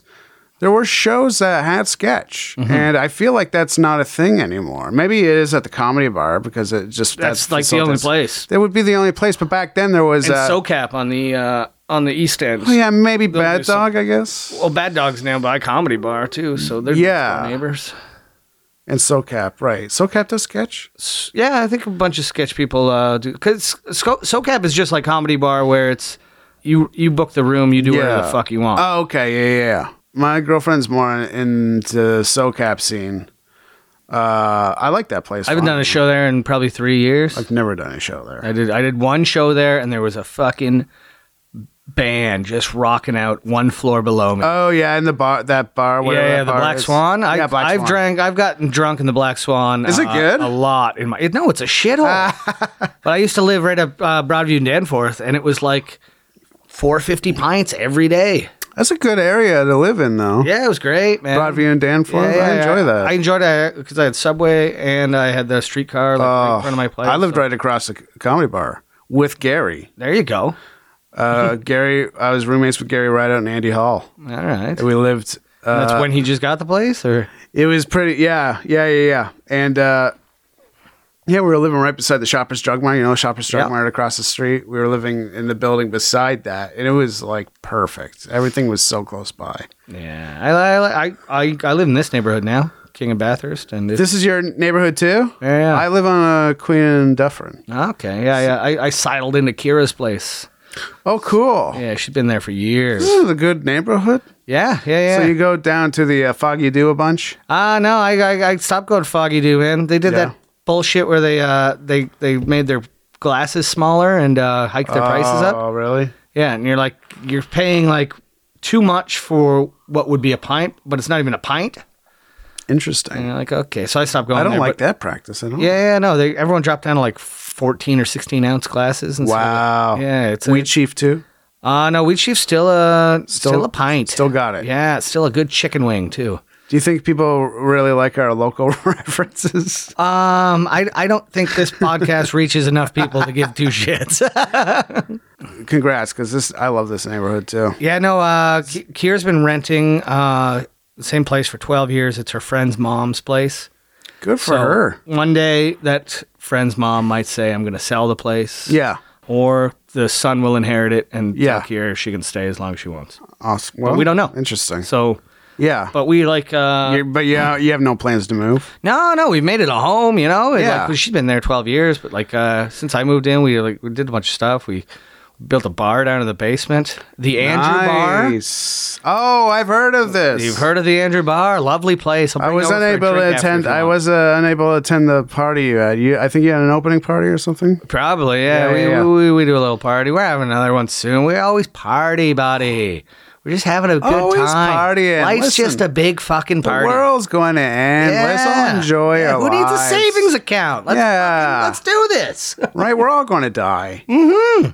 [SPEAKER 2] There were shows that had sketch,
[SPEAKER 1] Mm-hmm.
[SPEAKER 2] and I feel like that's not a thing anymore. Maybe it is at the comedy bar because it just
[SPEAKER 1] That's like the only
[SPEAKER 2] facilitates-
[SPEAKER 1] place.
[SPEAKER 2] That would be the only place. But back then there was.
[SPEAKER 1] And
[SPEAKER 2] Uh,
[SPEAKER 1] SoCap on the uh, on the East End.
[SPEAKER 2] oh, yeah, maybe Bad
[SPEAKER 1] do some-
[SPEAKER 2] Dog, I guess.
[SPEAKER 1] Well, Bad Dog's now by Comedy Bar too, so they're
[SPEAKER 2] Yeah.
[SPEAKER 1] yeah. neighbors.
[SPEAKER 2] And SoCap, right. SoCap does sketch?
[SPEAKER 1] S- Yeah, I think a bunch of sketch people uh, do because SoCap is just like Comedy Bar, where it's you you book the room, you do whatever the
[SPEAKER 2] Yeah. Uh,
[SPEAKER 1] fuck you want.
[SPEAKER 2] Oh, okay. Yeah, yeah, yeah. My girlfriend's more in- into the SoCap scene. Uh, I like that place.
[SPEAKER 1] I haven't done a show there in probably three years.
[SPEAKER 2] I've never done a show there.
[SPEAKER 1] I did. I did one show there, and there was a fucking band just rocking out one floor below me.
[SPEAKER 2] Oh yeah, in the bar, that bar.
[SPEAKER 1] yeah,
[SPEAKER 2] Whatever
[SPEAKER 1] yeah,
[SPEAKER 2] that
[SPEAKER 1] the
[SPEAKER 2] bar
[SPEAKER 1] Black
[SPEAKER 2] is.
[SPEAKER 1] Swan. I,
[SPEAKER 2] yeah, Black
[SPEAKER 1] I've
[SPEAKER 2] Swan.
[SPEAKER 1] drank. I've gotten drunk in the Black Swan.
[SPEAKER 2] Is it
[SPEAKER 1] uh,
[SPEAKER 2] good? Ah.
[SPEAKER 1] A lot in my. It, no, it's a shithole. but I used to live right up uh, Broadview and Danforth, and it was like four fifty pints every day.
[SPEAKER 2] That's a good area to live in, though.
[SPEAKER 1] Yeah, it was great, man.
[SPEAKER 2] Broadview and Danforth.
[SPEAKER 1] Yeah,
[SPEAKER 2] I
[SPEAKER 1] yeah,
[SPEAKER 2] enjoy
[SPEAKER 1] yeah.
[SPEAKER 2] that.
[SPEAKER 1] I enjoyed it because I had Subway and I had the streetcar like, right in front of my place.
[SPEAKER 2] Oh, I lived
[SPEAKER 1] so-
[SPEAKER 2] right across the c- comedy bar with Gary.
[SPEAKER 1] there. You go.
[SPEAKER 2] Uh, Gary, I was roommates with Gary right out in Andy Hall.
[SPEAKER 1] All right.
[SPEAKER 2] We lived. Uh,
[SPEAKER 1] And that's when he just got the place, or
[SPEAKER 2] it was pretty. Yeah, yeah, yeah, yeah. And uh, yeah, we were living right beside the Shoppers Drug Mart. You know, Shoppers Drug
[SPEAKER 1] Yeah.
[SPEAKER 2] Mart across the street. We were living in the building beside that, and it was like perfect. Everything was so close by.
[SPEAKER 1] yeah, I I I, I, I live in this neighborhood now, King of Bathurst, and it's,
[SPEAKER 2] This is your neighborhood too.
[SPEAKER 1] Yeah.
[SPEAKER 2] I live on uh, Queen and Dufferin.
[SPEAKER 1] okay, yeah, yeah. I, I sidled into Kira's place.
[SPEAKER 2] Oh, cool.
[SPEAKER 1] Yeah, she's been there for years.
[SPEAKER 2] This is a good neighborhood.
[SPEAKER 1] Yeah, yeah,
[SPEAKER 2] So
[SPEAKER 1] yeah.
[SPEAKER 2] you go down to the uh, Foggy Dew a bunch.
[SPEAKER 1] Ah, no, I, I I stopped going foggy dew, man. They did
[SPEAKER 2] Yeah.
[SPEAKER 1] that bullshit where they uh they they made their glasses smaller and uh hiked their prices up.
[SPEAKER 2] Oh, really?
[SPEAKER 1] Yeah, and you're like you're paying like too much for what would be a pint, but it's not even a pint.
[SPEAKER 2] Interesting.
[SPEAKER 1] And you're like, okay, so I stopped going.
[SPEAKER 2] I don't
[SPEAKER 1] there,
[SPEAKER 2] like
[SPEAKER 1] but-
[SPEAKER 2] that practice at all.
[SPEAKER 1] Yeah, yeah, no. They everyone dropped down to like fourteen or sixteen ounce glasses. And
[SPEAKER 2] Wow.
[SPEAKER 1] yeah, it's a-
[SPEAKER 2] Weed Chief too.
[SPEAKER 1] Uh, no, Wheat Chief's still a still,
[SPEAKER 2] Still-
[SPEAKER 1] a pint.
[SPEAKER 2] still got it.
[SPEAKER 1] Yeah, it's still a good chicken wing too.
[SPEAKER 2] Do you think people really like our local references?
[SPEAKER 1] Um, I I don't think this podcast reaches enough people to give two shits.
[SPEAKER 2] Congrats, because this I love this neighborhood too.
[SPEAKER 1] yeah, no. Uh, K- Kira's been renting uh the same place for twelve years. It's her friend's mom's place.
[SPEAKER 2] Good for
[SPEAKER 1] So
[SPEAKER 2] her.
[SPEAKER 1] One day that friend's mom might say, "I'm going to sell the place."
[SPEAKER 2] Yeah.
[SPEAKER 1] Or the son will inherit it, and
[SPEAKER 2] Yeah.
[SPEAKER 1] yeah, Kira she can stay as long as she wants.
[SPEAKER 2] Awesome. Well,
[SPEAKER 1] we don't know.
[SPEAKER 2] Interesting.
[SPEAKER 1] So,
[SPEAKER 2] yeah.
[SPEAKER 1] but we like uh
[SPEAKER 2] You're- but yeah, you have no plans to move.
[SPEAKER 1] no, no, we've made it a home, you know. And,
[SPEAKER 2] Yeah.
[SPEAKER 1] like, she's been there 12 years, but like uh since I moved in, we like we did a bunch of stuff. We built a bar down in the basement, the Andrew Bar.
[SPEAKER 2] nice. Oh, I've heard of this.
[SPEAKER 1] You've heard of the Andrew Bar? Lovely place. I'll
[SPEAKER 2] I
[SPEAKER 1] bring
[SPEAKER 2] was
[SPEAKER 1] you over for a
[SPEAKER 2] unable to
[SPEAKER 1] drink after
[SPEAKER 2] attend.
[SPEAKER 1] if you
[SPEAKER 2] I
[SPEAKER 1] want.
[SPEAKER 2] was uh, unable to attend the party you had. You, I think you had an opening party or something.
[SPEAKER 1] probably yeah.
[SPEAKER 2] Yeah,
[SPEAKER 1] we,
[SPEAKER 2] yeah, yeah.
[SPEAKER 1] We, we do a little party. We're having another one soon. We always party, buddy. We're just having a good
[SPEAKER 2] Always
[SPEAKER 1] time.
[SPEAKER 2] partying.
[SPEAKER 1] Life's
[SPEAKER 2] Listen,
[SPEAKER 1] just a big fucking party.
[SPEAKER 2] The world's going to end. Let's all enjoy
[SPEAKER 1] Yeah,
[SPEAKER 2] our
[SPEAKER 1] Who needs a
[SPEAKER 2] lives.
[SPEAKER 1] savings account? Let's,
[SPEAKER 2] Yeah.
[SPEAKER 1] let's do this.
[SPEAKER 2] right? We're all going to die,
[SPEAKER 1] Hmm?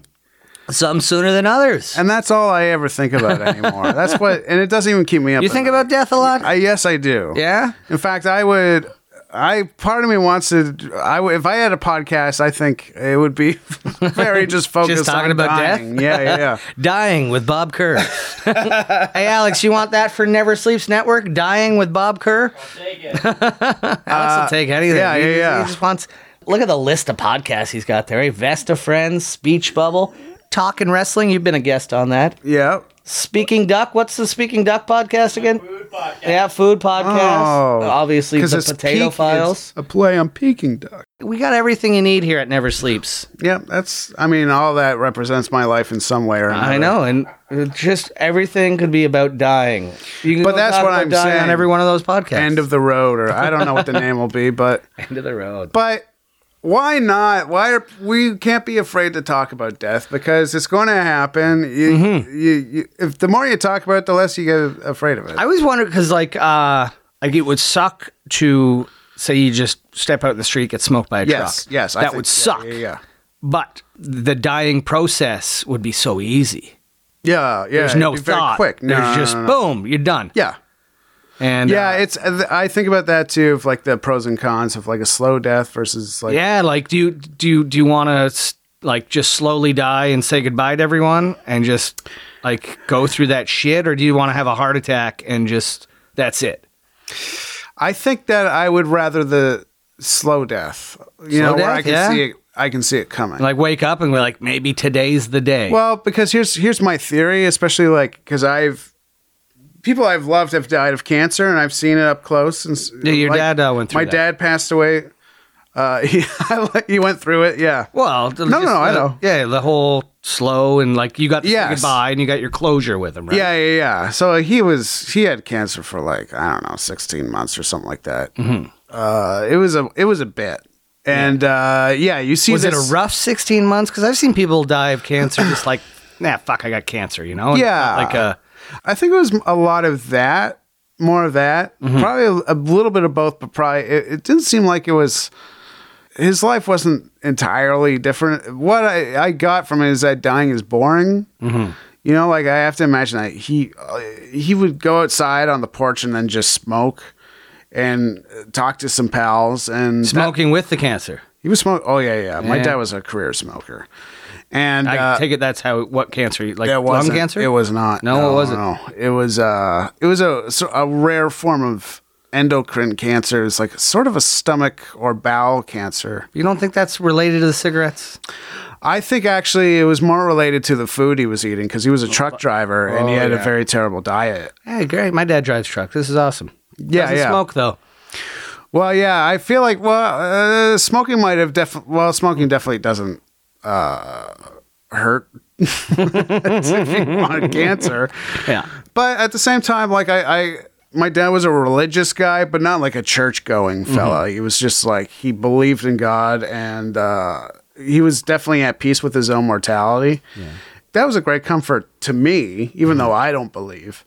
[SPEAKER 1] Some sooner than others.
[SPEAKER 2] and that's all I ever think about anymore. that's what, and it doesn't even keep me up.
[SPEAKER 1] You
[SPEAKER 2] at
[SPEAKER 1] think
[SPEAKER 2] night.
[SPEAKER 1] about death a lot?
[SPEAKER 2] I yes, I do.
[SPEAKER 1] yeah.
[SPEAKER 2] In fact, I would. I part of me wants to. I would- if I had a podcast, I think it would be very just focused
[SPEAKER 1] talking
[SPEAKER 2] on
[SPEAKER 1] about death?
[SPEAKER 2] dying. Yeah, yeah, yeah.
[SPEAKER 1] Dying with Bob Kerr. hey, Alex, you want that for Never Sleeps Network? Dying with Bob Kerr? I'll take it. Alex will take anything.
[SPEAKER 2] Uh, yeah,
[SPEAKER 1] He-
[SPEAKER 2] yeah, yeah.
[SPEAKER 1] He just wants. Look at the list of podcasts he's got there. eh? Vesta Friends, Speech Bubble, Talking Wrestling. You've been a guest on that.
[SPEAKER 2] yeah.
[SPEAKER 1] Speaking Duck. What's the Speaking Duck podcast again? Food podcast. Yeah, food podcast. Obviously, the Potato
[SPEAKER 2] Oh. peak-
[SPEAKER 1] Files.
[SPEAKER 2] it's a play on Peking Duck.
[SPEAKER 1] We got everything you need here at Never Sleeps.
[SPEAKER 2] Yeah, that's. I mean, all that represents my life in some way or another.
[SPEAKER 1] I know, and it just everything could be about dying. You can
[SPEAKER 2] But
[SPEAKER 1] go
[SPEAKER 2] that's
[SPEAKER 1] talk
[SPEAKER 2] what
[SPEAKER 1] about
[SPEAKER 2] I'm
[SPEAKER 1] dying on
[SPEAKER 2] saying.
[SPEAKER 1] every one of those podcasts.
[SPEAKER 2] End of the road, or I don't know what the name will be, but
[SPEAKER 1] End of the road.
[SPEAKER 2] but why not? Why are we can't be afraid to talk about death because it's going to happen. You,
[SPEAKER 1] Mm-hmm.
[SPEAKER 2] you, you, if the more you talk about it, the less you get afraid of it.
[SPEAKER 1] I always wonder because, like, uh, like it would suck to say you just step out in the street, get smoked by a
[SPEAKER 2] yes,
[SPEAKER 1] truck.
[SPEAKER 2] yes, I
[SPEAKER 1] that
[SPEAKER 2] think-
[SPEAKER 1] would
[SPEAKER 2] yeah,
[SPEAKER 1] suck.
[SPEAKER 2] Yeah, yeah,
[SPEAKER 1] But the dying process would be so easy.
[SPEAKER 2] yeah. yeah,
[SPEAKER 1] There's
[SPEAKER 2] it'd
[SPEAKER 1] no
[SPEAKER 2] be very
[SPEAKER 1] thought.
[SPEAKER 2] Quick. No,
[SPEAKER 1] There's
[SPEAKER 2] no,
[SPEAKER 1] just
[SPEAKER 2] no, no.
[SPEAKER 1] boom, you're done.
[SPEAKER 2] yeah.
[SPEAKER 1] And
[SPEAKER 2] Yeah,
[SPEAKER 1] uh,
[SPEAKER 2] it's. I think about that too, of like the pros and cons of like a slow death versus like
[SPEAKER 1] yeah. Like, do you do you, do you want to like just slowly die and say goodbye to everyone and just like go through that shit, or do you want to have a heart attack and just that's it?
[SPEAKER 2] I think that I would rather the slow death. You
[SPEAKER 1] Slow
[SPEAKER 2] know, where
[SPEAKER 1] death,
[SPEAKER 2] I can
[SPEAKER 1] yeah.
[SPEAKER 2] see it I can see it coming.
[SPEAKER 1] Like wake up and we're like, maybe today's the day.
[SPEAKER 2] well, because here's here's my theory, especially like cuz I've people I've loved have died of cancer and I've seen it up close and s-
[SPEAKER 1] Yeah, your
[SPEAKER 2] like,
[SPEAKER 1] dad, uh, went through
[SPEAKER 2] My
[SPEAKER 1] that.
[SPEAKER 2] dad passed away. Uh he, he went through it, yeah.
[SPEAKER 1] Well, no,
[SPEAKER 2] no, I know.
[SPEAKER 1] Yeah, the whole slow and like you got to say
[SPEAKER 2] Yes.
[SPEAKER 1] goodbye and you got your closure with him, right?
[SPEAKER 2] Yeah, uh,
[SPEAKER 1] Mm-hmm.
[SPEAKER 2] yeah, yeah. So he was he had cancer for like I don't know, sixteen months or something like that. uh, it was a it was a bit, and uh, yeah, you see
[SPEAKER 1] Was it
[SPEAKER 2] this-
[SPEAKER 1] a rough 16 months? Because I've seen people die of cancer just like, nah, fuck, I got cancer, you know? And it's not
[SPEAKER 2] Yeah.
[SPEAKER 1] Like uh, a,
[SPEAKER 2] I think it was a lot of that, more of that, probably a, a little bit of both, but probably it, it didn't seem like it was. His life wasn't entirely different. What I, I got from it is that dying is boring. You know, like I have to imagine that he uh, he would go outside on the porch and then just smoke and talk to some pals and that-
[SPEAKER 1] smoking with the cancer.
[SPEAKER 2] he was smoking. Oh yeah, yeah. My
[SPEAKER 1] Yeah.
[SPEAKER 2] dad was a career smoker, and
[SPEAKER 1] I
[SPEAKER 2] uh,
[SPEAKER 1] take it that's how, what cancer? Like
[SPEAKER 2] it
[SPEAKER 1] lung
[SPEAKER 2] wasn't-
[SPEAKER 1] cancer?
[SPEAKER 2] It was not.
[SPEAKER 1] No, it wasn't.
[SPEAKER 2] No, it was. Uh, it was a so- a rare form of endocrine cancer. It's like sort of a stomach or bowel cancer.
[SPEAKER 1] You don't think that's related to the cigarettes?
[SPEAKER 2] I think actually it was more related to the food he was eating because he was a truck driver and he
[SPEAKER 1] Oh,
[SPEAKER 2] had
[SPEAKER 1] yeah.
[SPEAKER 2] a very terrible diet.
[SPEAKER 1] Hey, great. My dad drives truck. This is awesome.
[SPEAKER 2] Yeah,
[SPEAKER 1] Doesn't
[SPEAKER 2] yeah.
[SPEAKER 1] smoke, though.
[SPEAKER 2] Well, yeah, I feel like well, uh, smoking might have definitely. Well, smoking definitely doesn't uh, hurt. if you want cancer,
[SPEAKER 1] Yeah.
[SPEAKER 2] But at the same time, like I, I my dad was a religious guy, but not like a church going fella. He was just like he believed in God and uh, he was definitely at peace with his own mortality. That was a great comfort to me, even though I don't believe.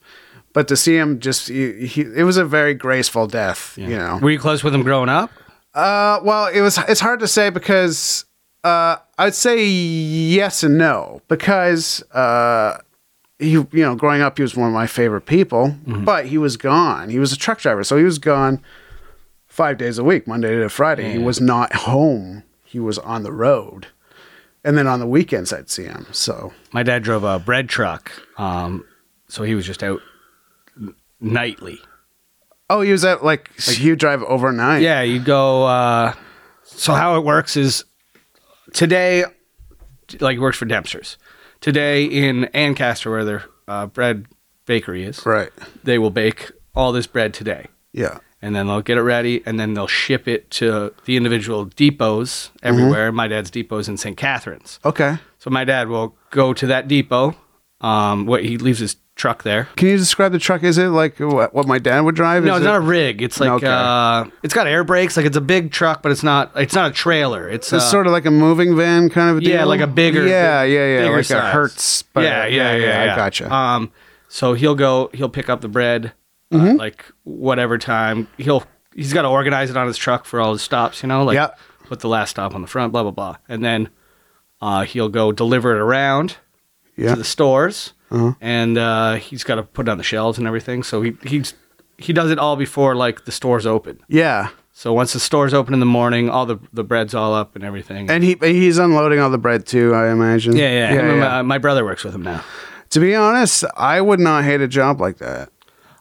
[SPEAKER 2] But to see him just, he, he, it was a very graceful death, you know.
[SPEAKER 1] Were you close with him growing up?
[SPEAKER 2] Uh, well, it was. It's hard to say because uh, I'd say yes and no because uh, he, you know, growing up, he was one of my favorite people, but he was gone. He was a truck driver, so he was gone five days a week, Monday to Friday. He was not home. He was on the road, and then on the weekends I'd see him. So
[SPEAKER 1] My dad drove a bread truck. Um, so he was just out n- nightly.
[SPEAKER 2] oh, he was at like, he would drive overnight.
[SPEAKER 1] Yeah, you go. Uh, so how it works is today, like it works for Dempster's. Today in Ancaster, where their uh, bread bakery is,
[SPEAKER 2] right.
[SPEAKER 1] they will bake all this bread today,
[SPEAKER 2] Yeah,
[SPEAKER 1] and then they'll get it ready, and then they'll ship it to the individual depots everywhere.
[SPEAKER 2] Mm-hmm.
[SPEAKER 1] My dad's depot's in St. Catharines,
[SPEAKER 2] okay.
[SPEAKER 1] so my dad will go to that depot. Um, what he leaves his truck there.
[SPEAKER 2] Can you describe the truck? Is it like what, what my dad would drive?
[SPEAKER 1] No,
[SPEAKER 2] Is
[SPEAKER 1] it's
[SPEAKER 2] it-
[SPEAKER 1] not a rig. It's like
[SPEAKER 2] Okay.
[SPEAKER 1] uh, it's got air brakes. Like it's a big truck, but it's not. It's not a trailer. It's,
[SPEAKER 2] It's
[SPEAKER 1] uh,
[SPEAKER 2] sort of like a moving van kind of a deal.
[SPEAKER 1] Yeah, like a bigger.
[SPEAKER 2] Yeah, yeah, yeah.
[SPEAKER 1] bigger
[SPEAKER 2] like a
[SPEAKER 1] size.
[SPEAKER 2] Hertz. but- uh,
[SPEAKER 1] yeah, yeah, yeah, yeah.
[SPEAKER 2] I gotcha.
[SPEAKER 1] Um, so he'll go. He'll pick up the bread, uh,
[SPEAKER 2] Mm-hmm.
[SPEAKER 1] like whatever time he'll. He's got to organize it on his truck for all his stops. You know, like
[SPEAKER 2] Yeah.
[SPEAKER 1] put the last stop on the front. Blah blah blah, and then uh, he'll go deliver it around
[SPEAKER 2] yeah. Uh-huh.
[SPEAKER 1] to the stores, and uh, he's got to put it on the shelves and everything. So he he's he does it all before like the stores open.
[SPEAKER 2] yeah.
[SPEAKER 1] So once the stores open in the morning, all the the bread's all up and everything.
[SPEAKER 2] And he he's unloading all the bread too, I imagine.
[SPEAKER 1] yeah, yeah. Him
[SPEAKER 2] yeah,
[SPEAKER 1] and
[SPEAKER 2] yeah.
[SPEAKER 1] My, my brother works with him now.
[SPEAKER 2] to be honest, I would not hate a job like that.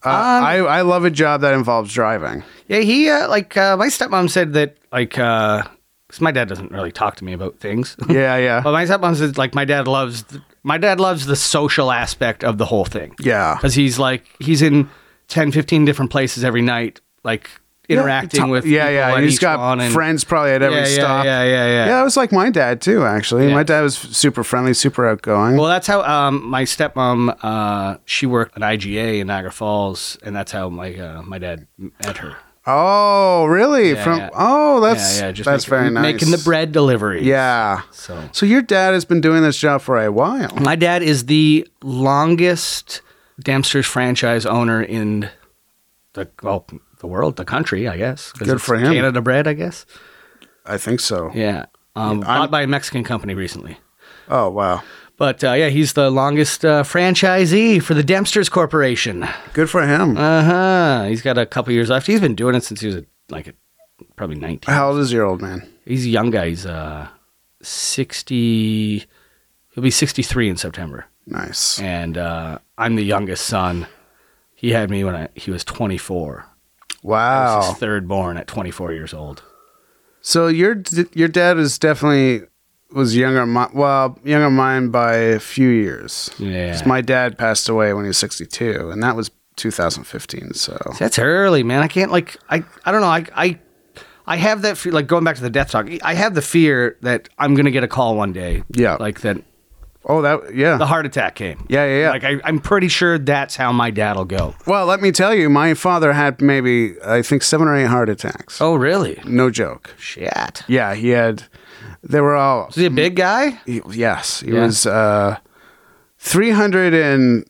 [SPEAKER 2] Uh,
[SPEAKER 1] Um,
[SPEAKER 2] I I love a job that involves driving.
[SPEAKER 1] Yeah, he uh, like uh, my stepmom said that like uh 'cause my dad doesn't really talk to me about things.
[SPEAKER 2] Yeah, yeah,
[SPEAKER 1] but my stepmom said like my dad loves th- my dad loves the social aspect of the whole thing.
[SPEAKER 2] yeah.
[SPEAKER 1] Cuz he's like he's in 10 15 different places every night like interacting with
[SPEAKER 2] yeah,
[SPEAKER 1] people
[SPEAKER 2] yeah.
[SPEAKER 1] at
[SPEAKER 2] He's
[SPEAKER 1] each
[SPEAKER 2] got
[SPEAKER 1] one and-
[SPEAKER 2] friends probably at
[SPEAKER 1] yeah,
[SPEAKER 2] every
[SPEAKER 1] yeah,
[SPEAKER 2] stop.
[SPEAKER 1] Yeah, yeah, yeah.
[SPEAKER 2] Yeah, it was like my dad too. Actually,
[SPEAKER 1] Yeah.
[SPEAKER 2] my dad was super friendly, super outgoing.
[SPEAKER 1] Well, that's how um, my stepmom. Uh, she worked at IGA in Niagara Falls, and that's how my uh, my dad met her.
[SPEAKER 2] oh, really?
[SPEAKER 1] Yeah,
[SPEAKER 2] From
[SPEAKER 1] yeah.
[SPEAKER 2] oh, that's
[SPEAKER 1] yeah, yeah, just
[SPEAKER 2] that's
[SPEAKER 1] making,
[SPEAKER 2] very nice.
[SPEAKER 1] Making the bread delivery.
[SPEAKER 2] Yeah.
[SPEAKER 1] So
[SPEAKER 2] So your dad has been doing this job for a while.
[SPEAKER 1] My dad is the longest Dempster's franchise owner in the well, the world, the country, I guess. 'cause
[SPEAKER 2] Good
[SPEAKER 1] it's
[SPEAKER 2] for him.
[SPEAKER 1] Canada bred, I guess.
[SPEAKER 2] I think so.
[SPEAKER 1] Yeah, um,
[SPEAKER 2] I'm-
[SPEAKER 1] bought by a Mexican company recently.
[SPEAKER 2] Oh wow.
[SPEAKER 1] But uh, yeah, he's the longest uh, franchisee for the Dempster's Corporation.
[SPEAKER 2] Good for him.
[SPEAKER 1] Uh huh. He's got a couple years left. He's been doing it since he was a, like a, probably nineteen.
[SPEAKER 2] How old is your old man?
[SPEAKER 1] He's a young guy. He's uh sixty. He'll be sixty three in September.
[SPEAKER 2] Nice.
[SPEAKER 1] and uh, I'm the youngest son. He had me when I, he was 24. I was his
[SPEAKER 2] Wow.
[SPEAKER 1] third born at 24 years old.
[SPEAKER 2] So your d- your dad is definitely was younger. than My, well, younger than mine by a few years.
[SPEAKER 1] Yeah.
[SPEAKER 2] 'Cause My dad passed away when he was 62, and that was 2015. So
[SPEAKER 1] That's early, man. I can't like I I don't know. I I I have that fear like going back to the death talk. I have the fear that I'm going to get a call one day.
[SPEAKER 2] Yeah.
[SPEAKER 1] Like that
[SPEAKER 2] Oh, that yeah.
[SPEAKER 1] The heart attack came.
[SPEAKER 2] Yeah, yeah, yeah.
[SPEAKER 1] Like I, I'm pretty sure that's how my dad'll go.
[SPEAKER 2] well, let me tell you, my father had maybe I think seven or eight heart attacks.
[SPEAKER 1] Oh, really?
[SPEAKER 2] No joke.
[SPEAKER 1] Shit.
[SPEAKER 2] Yeah, he had. They were all.
[SPEAKER 1] Is he a big guy?
[SPEAKER 2] he- yes, he
[SPEAKER 1] Yeah.
[SPEAKER 2] was uh, three hundred and.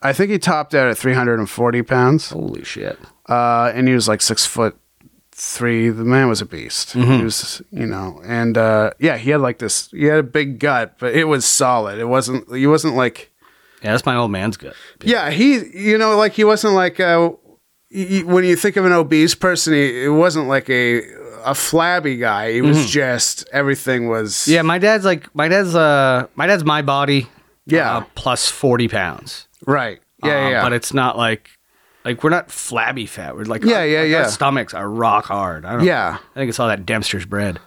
[SPEAKER 2] I think he topped out at three hundred and forty pounds.
[SPEAKER 1] Holy shit.
[SPEAKER 2] uh, and he was like six foot three. The man was a beast.
[SPEAKER 1] Mm-hmm.
[SPEAKER 2] He was, you know, and uh, yeah, he had like this. He had a big gut, but it was solid. It wasn't. He wasn't like.
[SPEAKER 1] Yeah, that's my old man's gut.
[SPEAKER 2] Yeah, he. You know, like he wasn't like. Uh, y- y- when you think of an obese person, he, it wasn't like a a flabby guy. He was just everything was.
[SPEAKER 1] Mm-hmm. Yeah, my dad's like my dad's uh my dad's my body.
[SPEAKER 2] Yeah.
[SPEAKER 1] uh, plus forty pounds.
[SPEAKER 2] Right. Yeah.
[SPEAKER 1] Uh,
[SPEAKER 2] yeah, yeah.
[SPEAKER 1] But it's not like like we're not flabby fat. We're like
[SPEAKER 2] Yeah,
[SPEAKER 1] our-
[SPEAKER 2] yeah,
[SPEAKER 1] like,
[SPEAKER 2] yeah.
[SPEAKER 1] Our stomachs are rock hard. I don't
[SPEAKER 2] Yeah.
[SPEAKER 1] I think it's all that Dempster's bread.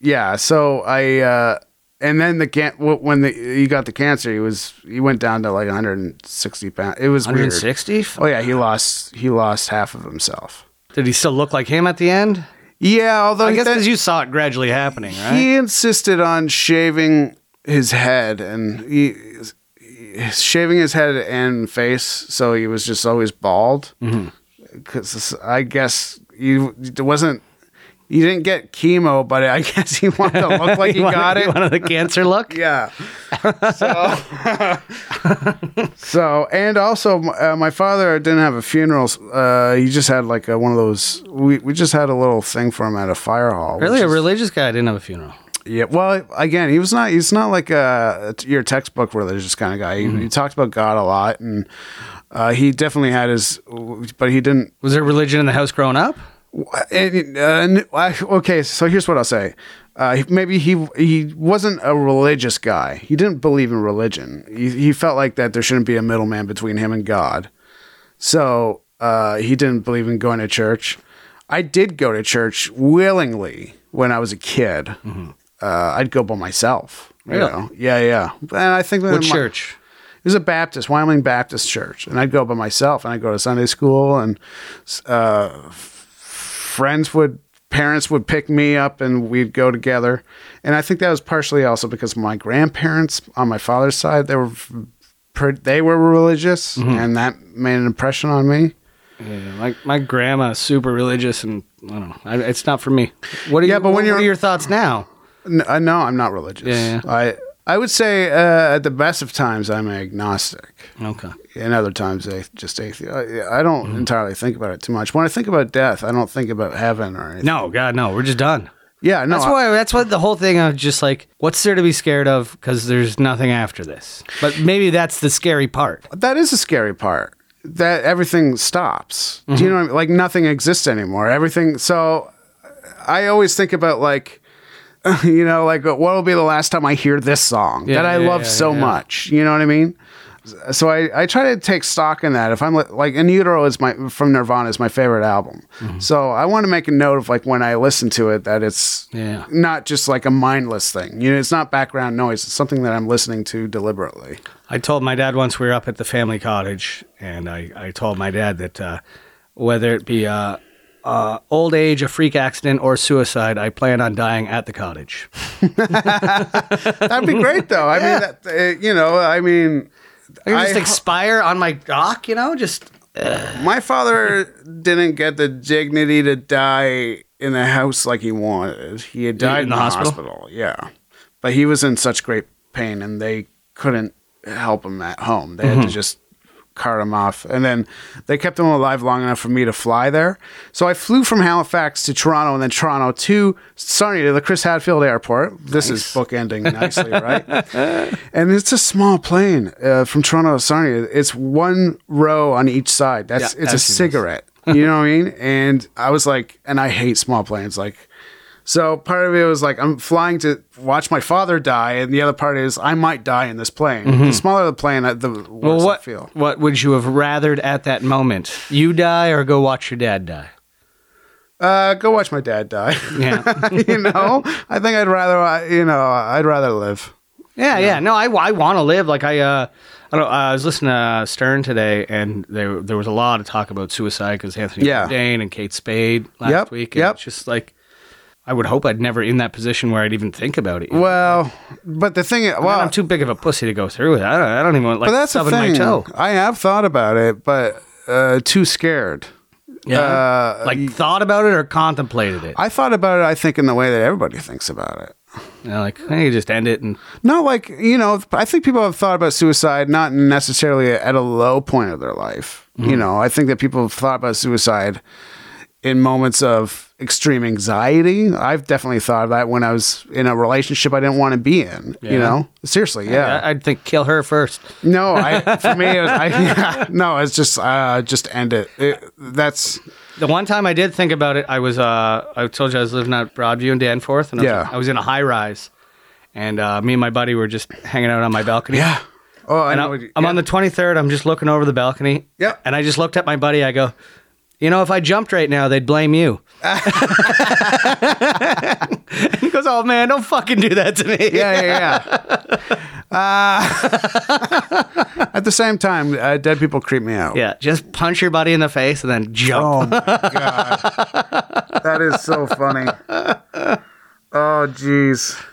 [SPEAKER 2] yeah so i uh and then the can wh- when the he got the cancer he was he went down to like 160 pounds it was
[SPEAKER 1] Hundred
[SPEAKER 2] weird.
[SPEAKER 1] and sixty.
[SPEAKER 2] oh yeah he lost he lost half of himself
[SPEAKER 1] Did he still look like him at the end?
[SPEAKER 2] yeah although
[SPEAKER 1] I guess
[SPEAKER 2] that-
[SPEAKER 1] because you saw it gradually happening, right?
[SPEAKER 2] he insisted on shaving his head and he, he- shaving his head and face so he was just always bald
[SPEAKER 1] Mm-hmm.
[SPEAKER 2] because i guess you it wasn't he didn't get chemo but i guess he wanted to look like he,
[SPEAKER 1] wanted-
[SPEAKER 2] got it
[SPEAKER 1] wanted the cancer look.
[SPEAKER 2] Yeah. So, so and also, uh, my father didn't have a funeral. Uh, he just had like a, one of those. We, we just had a little thing for him at a fire hall. which
[SPEAKER 1] Really, a
[SPEAKER 2] is-
[SPEAKER 1] religious guy didn't have a funeral.
[SPEAKER 2] Yeah. Well, again, he was not. He's not like a, your textbook religious kind of guy. He,
[SPEAKER 1] Mm-hmm.
[SPEAKER 2] he talked about God a lot, and uh, he definitely had his. But he didn't.
[SPEAKER 1] Was there religion in the house growing up?
[SPEAKER 2] And, uh, and I- okay, so here's what I'll say. Uh, maybe he he wasn't a religious guy. He didn't believe in religion. He, he felt like that there shouldn't be a middleman between him and God. So uh, he didn't believe in going to church. I did go to church willingly when I was a kid. Uh, I'd go by myself. you
[SPEAKER 1] Mm-hmm. Really?
[SPEAKER 2] know? Yeah, yeah. And I think that
[SPEAKER 1] What
[SPEAKER 2] my-
[SPEAKER 1] church?
[SPEAKER 2] it was a Baptist, Wyoming Baptist church, and I'd go by myself, and I'd go to Sunday school, and uh, f- friends would, parents would pick me up, and we'd go together. And I think that was partially also because my grandparents on my father's side, they were, pre- they were religious,
[SPEAKER 1] Mm-hmm.
[SPEAKER 2] and that made an impression on me.
[SPEAKER 1] Yeah, my my grandma super religious, and I don't know. I, it's not for me. What are
[SPEAKER 2] Yeah,
[SPEAKER 1] you,
[SPEAKER 2] but when
[SPEAKER 1] what
[SPEAKER 2] you're-
[SPEAKER 1] are your thoughts now?
[SPEAKER 2] N- uh, No, I'm not religious.
[SPEAKER 1] Yeah, yeah.
[SPEAKER 2] I, I would say uh, at the best of times, I'm agnostic.
[SPEAKER 1] Okay.
[SPEAKER 2] and other times they just athe- I I
[SPEAKER 1] Mm-hmm.
[SPEAKER 2] don't entirely think about it too much. When I think about death, I don't think about heaven or anything.
[SPEAKER 1] No, God, no. We're just done.
[SPEAKER 2] Yeah, no.
[SPEAKER 1] That's
[SPEAKER 2] I-
[SPEAKER 1] why. That's what the whole thing. I'm just like, what's there to be scared of? Because there's nothing after this. But maybe that's the scary part.
[SPEAKER 2] that is a scary part. That everything stops. Do you know what I mean? Like nothing exists anymore. Everything. So I always think about like, you know, like what will be the last time I hear this song
[SPEAKER 1] Yeah,
[SPEAKER 2] that I
[SPEAKER 1] yeah,
[SPEAKER 2] love
[SPEAKER 1] yeah,
[SPEAKER 2] so
[SPEAKER 1] yeah.
[SPEAKER 2] much? You know what I mean? So I, I try to take stock in that. If I'm li- like In Utero is my from Nirvana is my favorite album.
[SPEAKER 1] Mm-hmm.
[SPEAKER 2] So I want to make a note of like when I listen to it that it's
[SPEAKER 1] Yeah.
[SPEAKER 2] not just like a mindless thing. You know, it's not background noise. It's something that I'm listening to deliberately.
[SPEAKER 1] I told my dad once we were up at the family cottage, and I, I told my dad that uh, whether it be uh, uh, old age, a freak accident, or suicide, I plan on dying at the cottage.
[SPEAKER 2] That'd be great, though. I mean, that, uh, you know, I mean,
[SPEAKER 1] I can just
[SPEAKER 2] I-
[SPEAKER 1] expire on my dock, you know, just
[SPEAKER 2] my father didn't get the dignity to die in the house like he wanted. He had died in, the, hospital? Yeah, but he was in such great pain, and they couldn't help him at home. They had to just cart him off, and then they kept him alive long enough for me to fly there. So I flew from Halifax to Toronto, and then Toronto to sorry to the Chris Hadfield Airport. This is bookending nicely, right? And it's a small plane uh, from Toronto to Sarnia. It's one row on each side. That's
[SPEAKER 1] Yeah,
[SPEAKER 2] it's
[SPEAKER 1] I've
[SPEAKER 2] a
[SPEAKER 1] seen those.
[SPEAKER 2] cigarette. you know what I mean? And I was like, and I hate small planes. Like, so part of it was like, I'm flying to watch my father die, and the other part is I might die in this plane. The smaller the plane, uh, the worse
[SPEAKER 1] Mm-hmm. well,
[SPEAKER 2] I
[SPEAKER 1] what
[SPEAKER 2] feel.
[SPEAKER 1] what would you have rathered at that moment? You die or go watch your dad die?
[SPEAKER 2] Uh, go watch my dad die.
[SPEAKER 1] Yeah,
[SPEAKER 2] you know, I think I'd rather, uh, you know, I'd rather live.
[SPEAKER 1] yeah, yeah. No, I, I want to live. Like I, uh, I don't. I was listening to Stern today, and there there was a lot of talk about suicide because Anthony
[SPEAKER 2] Yeah.
[SPEAKER 1] Bourdain and Kate Spade last
[SPEAKER 2] Yep,
[SPEAKER 1] week. and
[SPEAKER 2] yep.
[SPEAKER 1] it's Just like I would hope I'd never in that position where I'd even think about it. Well,
[SPEAKER 2] Well, but the thing, well,
[SPEAKER 1] I'm too big of a pussy to go through with it. I don't, I don't even want like
[SPEAKER 2] but that's the
[SPEAKER 1] stubbing
[SPEAKER 2] thing.
[SPEAKER 1] my toe.
[SPEAKER 2] I have thought about it, but uh, too scared.
[SPEAKER 1] Yeah, Uh, like thought about it or contemplated it.
[SPEAKER 2] Uh, I thought about it. I think in the way that everybody thinks about it.
[SPEAKER 1] You know, like hey, just end it and
[SPEAKER 2] Not like you know. I think people have thought about suicide not necessarily at a low point of their life.
[SPEAKER 1] Mm-hmm.
[SPEAKER 2] You know, I think that people have thought about suicide in moments of extreme anxiety. I've definitely thought of that when I was in a relationship I didn't want to be in.
[SPEAKER 1] Yeah.
[SPEAKER 2] You know, seriously, yeah.
[SPEAKER 1] I, I'd think kill her first.
[SPEAKER 2] No, I for me, it was, I, yeah, no, it's just uh, just end it. it. That's
[SPEAKER 1] The one time I did think about it, I was uh, I told you I was living out Broadview and Danforth, and I was,
[SPEAKER 2] Yeah.
[SPEAKER 1] I was in a high rise, and uh, me and my buddy were just hanging out on my balcony. Yeah,
[SPEAKER 2] oh, I
[SPEAKER 1] and
[SPEAKER 2] know.
[SPEAKER 1] I'm,
[SPEAKER 2] what you-
[SPEAKER 1] I'm on the 23rd. I'm just looking over the balcony.
[SPEAKER 2] Yeah.
[SPEAKER 1] and I just looked at my buddy. I go, you know, if I jumped right now, they'd blame you. he goes, oh man, don't fucking do that to me.
[SPEAKER 2] yeah, yeah, yeah. uh, at the same time, uh, dead people creep me out.
[SPEAKER 1] Yeah, just punch your buddy in the face and then jump.
[SPEAKER 2] Oh my god, that is so funny. Oh jeez.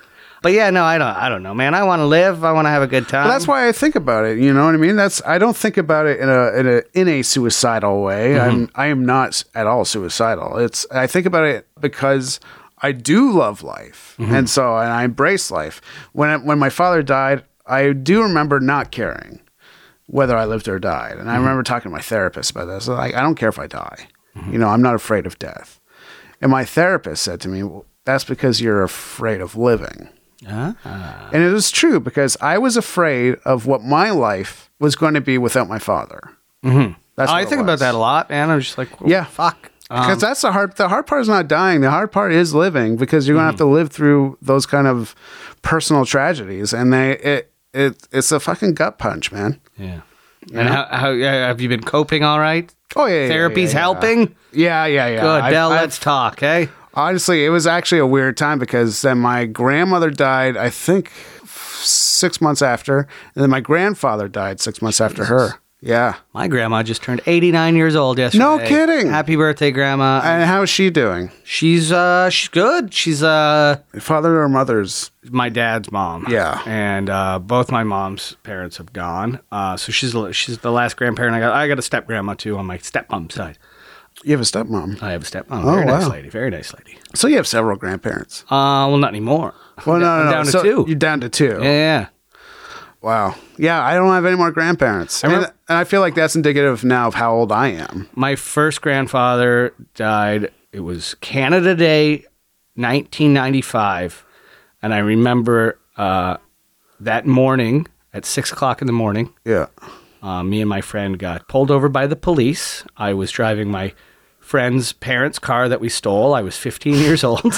[SPEAKER 1] But yeah, no, I don't. I don't know, man. I want to live. I want to have a good time.
[SPEAKER 2] But that's why I think about it. You know what I mean? That's I don't think about it in a in a in a suicidal way. I'm I am not s- at all suicidal. It's I think about it because I do love life, and so and I embrace life. When I, when my father died, I do remember not caring whether I lived or died, and I remember talking to my therapist about this. Like I don't care if I die. You know, I'm not afraid of death. And my therapist said to me, well, "That's because you're afraid of living." And it was true because I was afraid of what my life was going to be without my father. Mm-hmm. That's
[SPEAKER 1] Oh,
[SPEAKER 2] what
[SPEAKER 1] I
[SPEAKER 2] it
[SPEAKER 1] think about
[SPEAKER 2] was.
[SPEAKER 1] that a lot, man. I'm just like,
[SPEAKER 2] Yeah.
[SPEAKER 1] fuck.
[SPEAKER 2] Because that's the hard. The hard part is not dying. The hard part is living because you're going to have to live through those kind of personal tragedies, and they it it it's a fucking gut punch, man.
[SPEAKER 1] Yeah. And how, how yeah, have you been coping? All right.
[SPEAKER 2] Oh yeah, yeah,
[SPEAKER 1] Therapy's
[SPEAKER 2] yeah, yeah.
[SPEAKER 1] helping.
[SPEAKER 2] Yeah, yeah, yeah.
[SPEAKER 1] Good,
[SPEAKER 2] I've-
[SPEAKER 1] Dell.
[SPEAKER 2] I've-
[SPEAKER 1] Let's talk. Hey.
[SPEAKER 2] Honestly, it was actually a weird time because then my grandmother died, I think, f- six months after, and then my grandfather died six months after her. Yeah.
[SPEAKER 1] My grandma just turned 89 years old yesterday.
[SPEAKER 2] No kidding.
[SPEAKER 1] Happy birthday, grandma.
[SPEAKER 2] And how is she doing?
[SPEAKER 1] she's uh, she's good. She's uh,
[SPEAKER 2] Father or mother's?
[SPEAKER 1] my dad's mom.
[SPEAKER 2] Yeah.
[SPEAKER 1] And uh, both my mom's parents have gone. Uh, so she's the- she's the last grandparent I got. I got a step grandma too on my stepmom's side. Oh,
[SPEAKER 2] You have a stepmom,
[SPEAKER 1] I have a stepmom. Very nice
[SPEAKER 2] wow.
[SPEAKER 1] lady. Very nice lady.
[SPEAKER 2] so you have several grandparents.
[SPEAKER 1] Uh, well, not anymore.
[SPEAKER 2] Well, no, no,
[SPEAKER 1] I'm
[SPEAKER 2] no.
[SPEAKER 1] down to
[SPEAKER 2] so
[SPEAKER 1] two.
[SPEAKER 2] You're down to two.
[SPEAKER 1] Yeah. yeah.
[SPEAKER 2] Wow. Yeah, I don't have any more grandparents,
[SPEAKER 1] remember-
[SPEAKER 2] and, and I feel like that's indicative now of how old I am.
[SPEAKER 1] my first grandfather died. It was Canada Day, 1995, and I remember uh, that morning at six o'clock in the morning.
[SPEAKER 2] Yeah.
[SPEAKER 1] Uh, me and my friend got pulled over by the police. I was driving my friend's parents' car that we stole. I was 15 years old,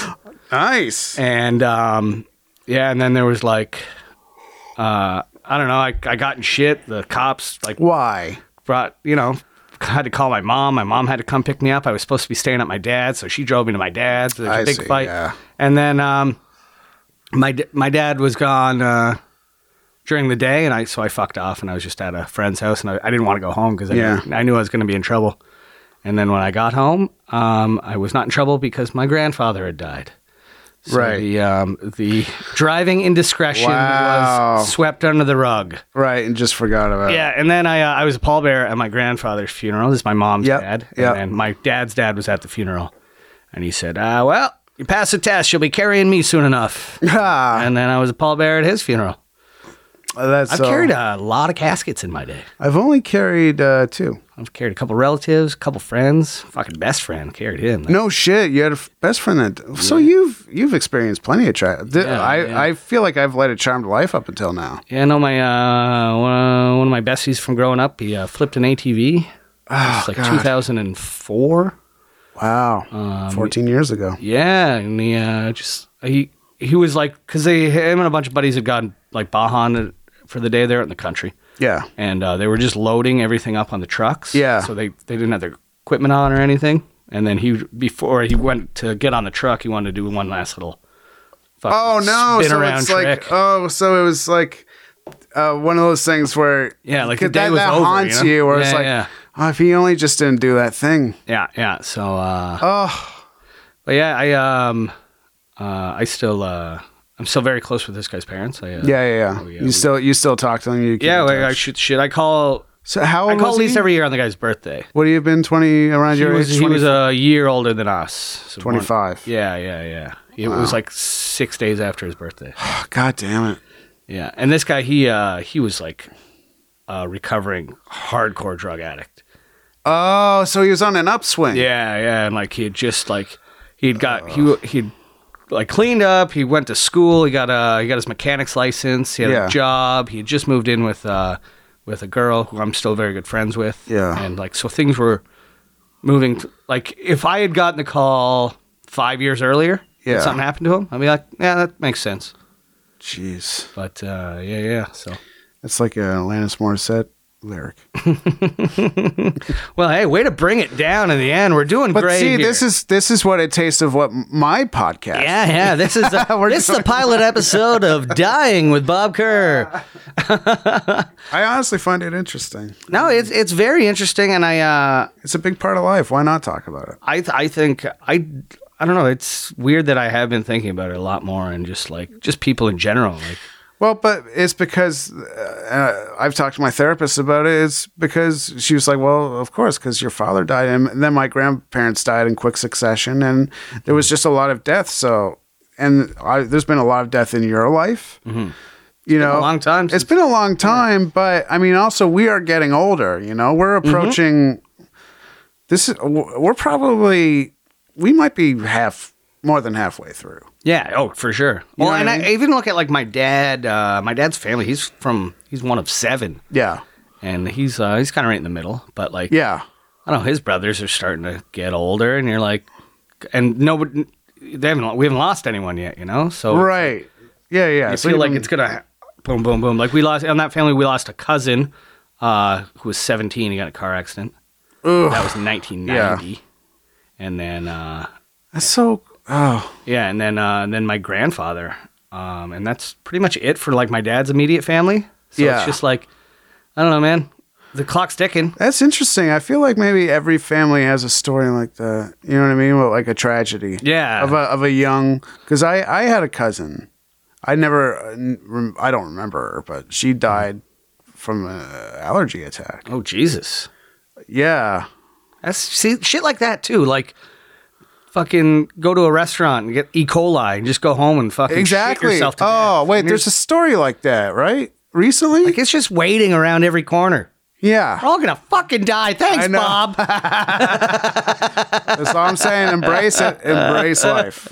[SPEAKER 2] Nice.
[SPEAKER 1] and um, yeah, and then there was like, uh, I don't know. I, I got in shit. The cops like
[SPEAKER 2] Why?
[SPEAKER 1] brought, you know, had to call my mom. My mom had to come pick me up. I was supposed to be staying at my dad's, so she drove me to my dad's. There was a
[SPEAKER 2] I
[SPEAKER 1] big
[SPEAKER 2] see,
[SPEAKER 1] fight.
[SPEAKER 2] yeah.
[SPEAKER 1] And then um, my d- my dad was gone uh, during the day, and I so I fucked off, and I was just at a friend's house, and I, I didn't want to go home because I,
[SPEAKER 2] Yeah.
[SPEAKER 1] I knew I was going to be in trouble. And then when I got home, um, I was not in trouble because my grandfather had died. So
[SPEAKER 2] Right.
[SPEAKER 1] The, um, the driving indiscretion
[SPEAKER 2] Wow.
[SPEAKER 1] was swept under the rug.
[SPEAKER 2] Right, and just forgot about it.
[SPEAKER 1] Yeah, and then I uh, I was a pallbearer at my grandfather's funeral. This is my mom's
[SPEAKER 2] Yep,
[SPEAKER 1] dad,
[SPEAKER 2] yep.
[SPEAKER 1] and then my dad's dad was at the funeral, and he said, uh, "Well, you passed the test. You'll be carrying me soon enough."
[SPEAKER 2] Ah,
[SPEAKER 1] and then I was a pallbearer at his funeral.
[SPEAKER 2] that's
[SPEAKER 1] I've
[SPEAKER 2] so-
[SPEAKER 1] carried a lot of caskets in my day.
[SPEAKER 2] I've only carried uh, two.
[SPEAKER 1] I've carried a couple relatives, a couple friends, fucking best friend carried him.
[SPEAKER 2] No shit, you had a f- best friend that. So you've you've experienced plenty of tra- th-
[SPEAKER 1] Yeah,
[SPEAKER 2] I
[SPEAKER 1] yeah.
[SPEAKER 2] I feel like I've led a charmed life up until now.
[SPEAKER 1] Yeah, no, my uh, one- one of my besties from growing up, he uh, flipped an ATV.
[SPEAKER 2] Oh,
[SPEAKER 1] it's like 2004.
[SPEAKER 2] Wow,
[SPEAKER 1] Um,
[SPEAKER 2] fourteen years ago.
[SPEAKER 1] Yeah, and he uh, just he he was like because they him and a bunch of buddies had gone like Bahan for the day there in the country,
[SPEAKER 2] Yeah,
[SPEAKER 1] and uh, they were just loading everything up on the trucks.
[SPEAKER 2] Yeah.
[SPEAKER 1] so they they didn't have their equipment on or anything. And then he before he went to get on the truck, he wanted to do one last little. fucking
[SPEAKER 2] Oh no!
[SPEAKER 1] Spin
[SPEAKER 2] so
[SPEAKER 1] around
[SPEAKER 2] it's
[SPEAKER 1] trick.
[SPEAKER 2] like oh, so it was like uh, one of those things where
[SPEAKER 1] Yeah, like the
[SPEAKER 2] that,
[SPEAKER 1] day was
[SPEAKER 2] that
[SPEAKER 1] over, you
[SPEAKER 2] haunts
[SPEAKER 1] know?
[SPEAKER 2] you, where it's
[SPEAKER 1] Yeah,
[SPEAKER 2] like
[SPEAKER 1] yeah.
[SPEAKER 2] oh, if he only just didn't do that thing.
[SPEAKER 1] yeah, yeah. So, uh,
[SPEAKER 2] Oh,
[SPEAKER 1] but yeah, I um, Uh, I still, uh, I'm still very close with this guy's parents. I, uh,
[SPEAKER 2] Yeah, yeah, yeah.
[SPEAKER 1] yeah,
[SPEAKER 2] you
[SPEAKER 1] we-
[SPEAKER 2] still you still talk to them. You keep
[SPEAKER 1] yeah.
[SPEAKER 2] in
[SPEAKER 1] Like, I
[SPEAKER 2] touch.
[SPEAKER 1] should, should I call?
[SPEAKER 2] so how
[SPEAKER 1] I
[SPEAKER 2] old
[SPEAKER 1] call at
[SPEAKER 2] was
[SPEAKER 1] least
[SPEAKER 2] he?
[SPEAKER 1] every year on the guy's birthday.
[SPEAKER 2] What have you been twenty around
[SPEAKER 1] He
[SPEAKER 2] your
[SPEAKER 1] was,
[SPEAKER 2] age?
[SPEAKER 1] he was
[SPEAKER 2] 20
[SPEAKER 1] a year older than us. So one-
[SPEAKER 2] 25.
[SPEAKER 1] yeah, yeah, yeah. It was like six days after his birthday.
[SPEAKER 2] Oh, God damn it!
[SPEAKER 1] Yeah, and this guy, he uh, he was like a recovering hardcore drug addict.
[SPEAKER 2] Oh, so he was on an upswing.
[SPEAKER 1] Yeah, yeah, and like he had just like he'd got he he'd like cleaned up. He went to school. He got a he got his mechanics license. He had
[SPEAKER 2] Yeah.
[SPEAKER 1] a job. He had just moved in with uh with a girl who I'm still very good friends with.
[SPEAKER 2] Yeah.
[SPEAKER 1] and like so things were moving. t- like if I had gotten the call five years earlier,
[SPEAKER 2] Yeah.
[SPEAKER 1] yeah, something happened to him. I'd be like, yeah, that makes sense.
[SPEAKER 2] Jeez,
[SPEAKER 1] But uh, yeah, yeah. So
[SPEAKER 2] that's like a Alanis Morissette lyric.
[SPEAKER 1] well, hey, way to bring it down in the end. We're doing
[SPEAKER 2] But
[SPEAKER 1] great.
[SPEAKER 2] see,
[SPEAKER 1] here.
[SPEAKER 2] this is this is what it tastes of what my podcast.
[SPEAKER 1] Yeah, yeah. This is the, this is the pilot episode of Dying with Bob Kerr.
[SPEAKER 2] I honestly find it interesting.
[SPEAKER 1] No, it's it's very interesting, and I uh,
[SPEAKER 2] It's a big part of life. Why not talk about it?
[SPEAKER 1] I th- I think I I don't know. It's weird that I have been thinking about it a lot more, and just like just people in general. Like,
[SPEAKER 2] Well, but it's because uh, I've talked to my therapist about it. It's because she was like, "Well, of course, because your father died, and then my grandparents died in quick succession, and there was just a lot of death." So, and I, there's been a lot of death in your life. You know,
[SPEAKER 1] a long time
[SPEAKER 2] Mm-hmm. It's
[SPEAKER 1] since-
[SPEAKER 2] been a long time, but I mean, also we are getting older. You know, we're approaching. This is we're probably we might be half more than halfway through.
[SPEAKER 1] yeah, oh for sure.
[SPEAKER 2] You know
[SPEAKER 1] well, and
[SPEAKER 2] what I
[SPEAKER 1] I,
[SPEAKER 2] mean?
[SPEAKER 1] even look at like my dad. Uh, my dad's family. He's from he's one of seven,
[SPEAKER 2] Yeah,
[SPEAKER 1] and he's uh, he's kind of right in the middle. But like,
[SPEAKER 2] yeah.
[SPEAKER 1] I don't know. His brothers are starting to get older, and you're like, and nobody. They haven't. We haven't lost anyone yet, you know. So
[SPEAKER 2] Right. Yeah, yeah.
[SPEAKER 1] I
[SPEAKER 2] So
[SPEAKER 1] feel
[SPEAKER 2] you
[SPEAKER 1] like
[SPEAKER 2] can-
[SPEAKER 1] it's gonna ha- boom, boom, boom. Like we lost on that family, we lost a cousin uh, who was 17. He got in a car accident. That was 1990. And then uh,
[SPEAKER 2] That's so. Oh,
[SPEAKER 1] yeah, and then uh, and then my grandfather. Um, and that's pretty much it for like my dad's immediate family. So
[SPEAKER 2] Yeah.
[SPEAKER 1] it's just like I don't know, man. The clock's ticking.
[SPEAKER 2] that's interesting. I feel like maybe every family has a story like that. You know what I mean? Well, like a tragedy.
[SPEAKER 1] Yeah.
[SPEAKER 2] Of uh, a of a young because I I had a cousin. I never uh, n- rem- I don't remember her, but she died from an allergy attack.
[SPEAKER 1] oh Jesus.
[SPEAKER 2] Yeah.
[SPEAKER 1] That's see shit like that too. Like fucking go to a restaurant and get E. coli and just go home and fucking shit
[SPEAKER 2] Exactly.
[SPEAKER 1] yourself to
[SPEAKER 2] Oh,
[SPEAKER 1] death.
[SPEAKER 2] wait.
[SPEAKER 1] And you're
[SPEAKER 2] There's a story like that, right? Recently?
[SPEAKER 1] Like, it's just waiting around every corner. We're
[SPEAKER 2] yeah.
[SPEAKER 1] all gonna fucking die. Thanks,
[SPEAKER 2] I know.
[SPEAKER 1] Bob.
[SPEAKER 2] That's all I'm saying. Embrace it. Embrace life.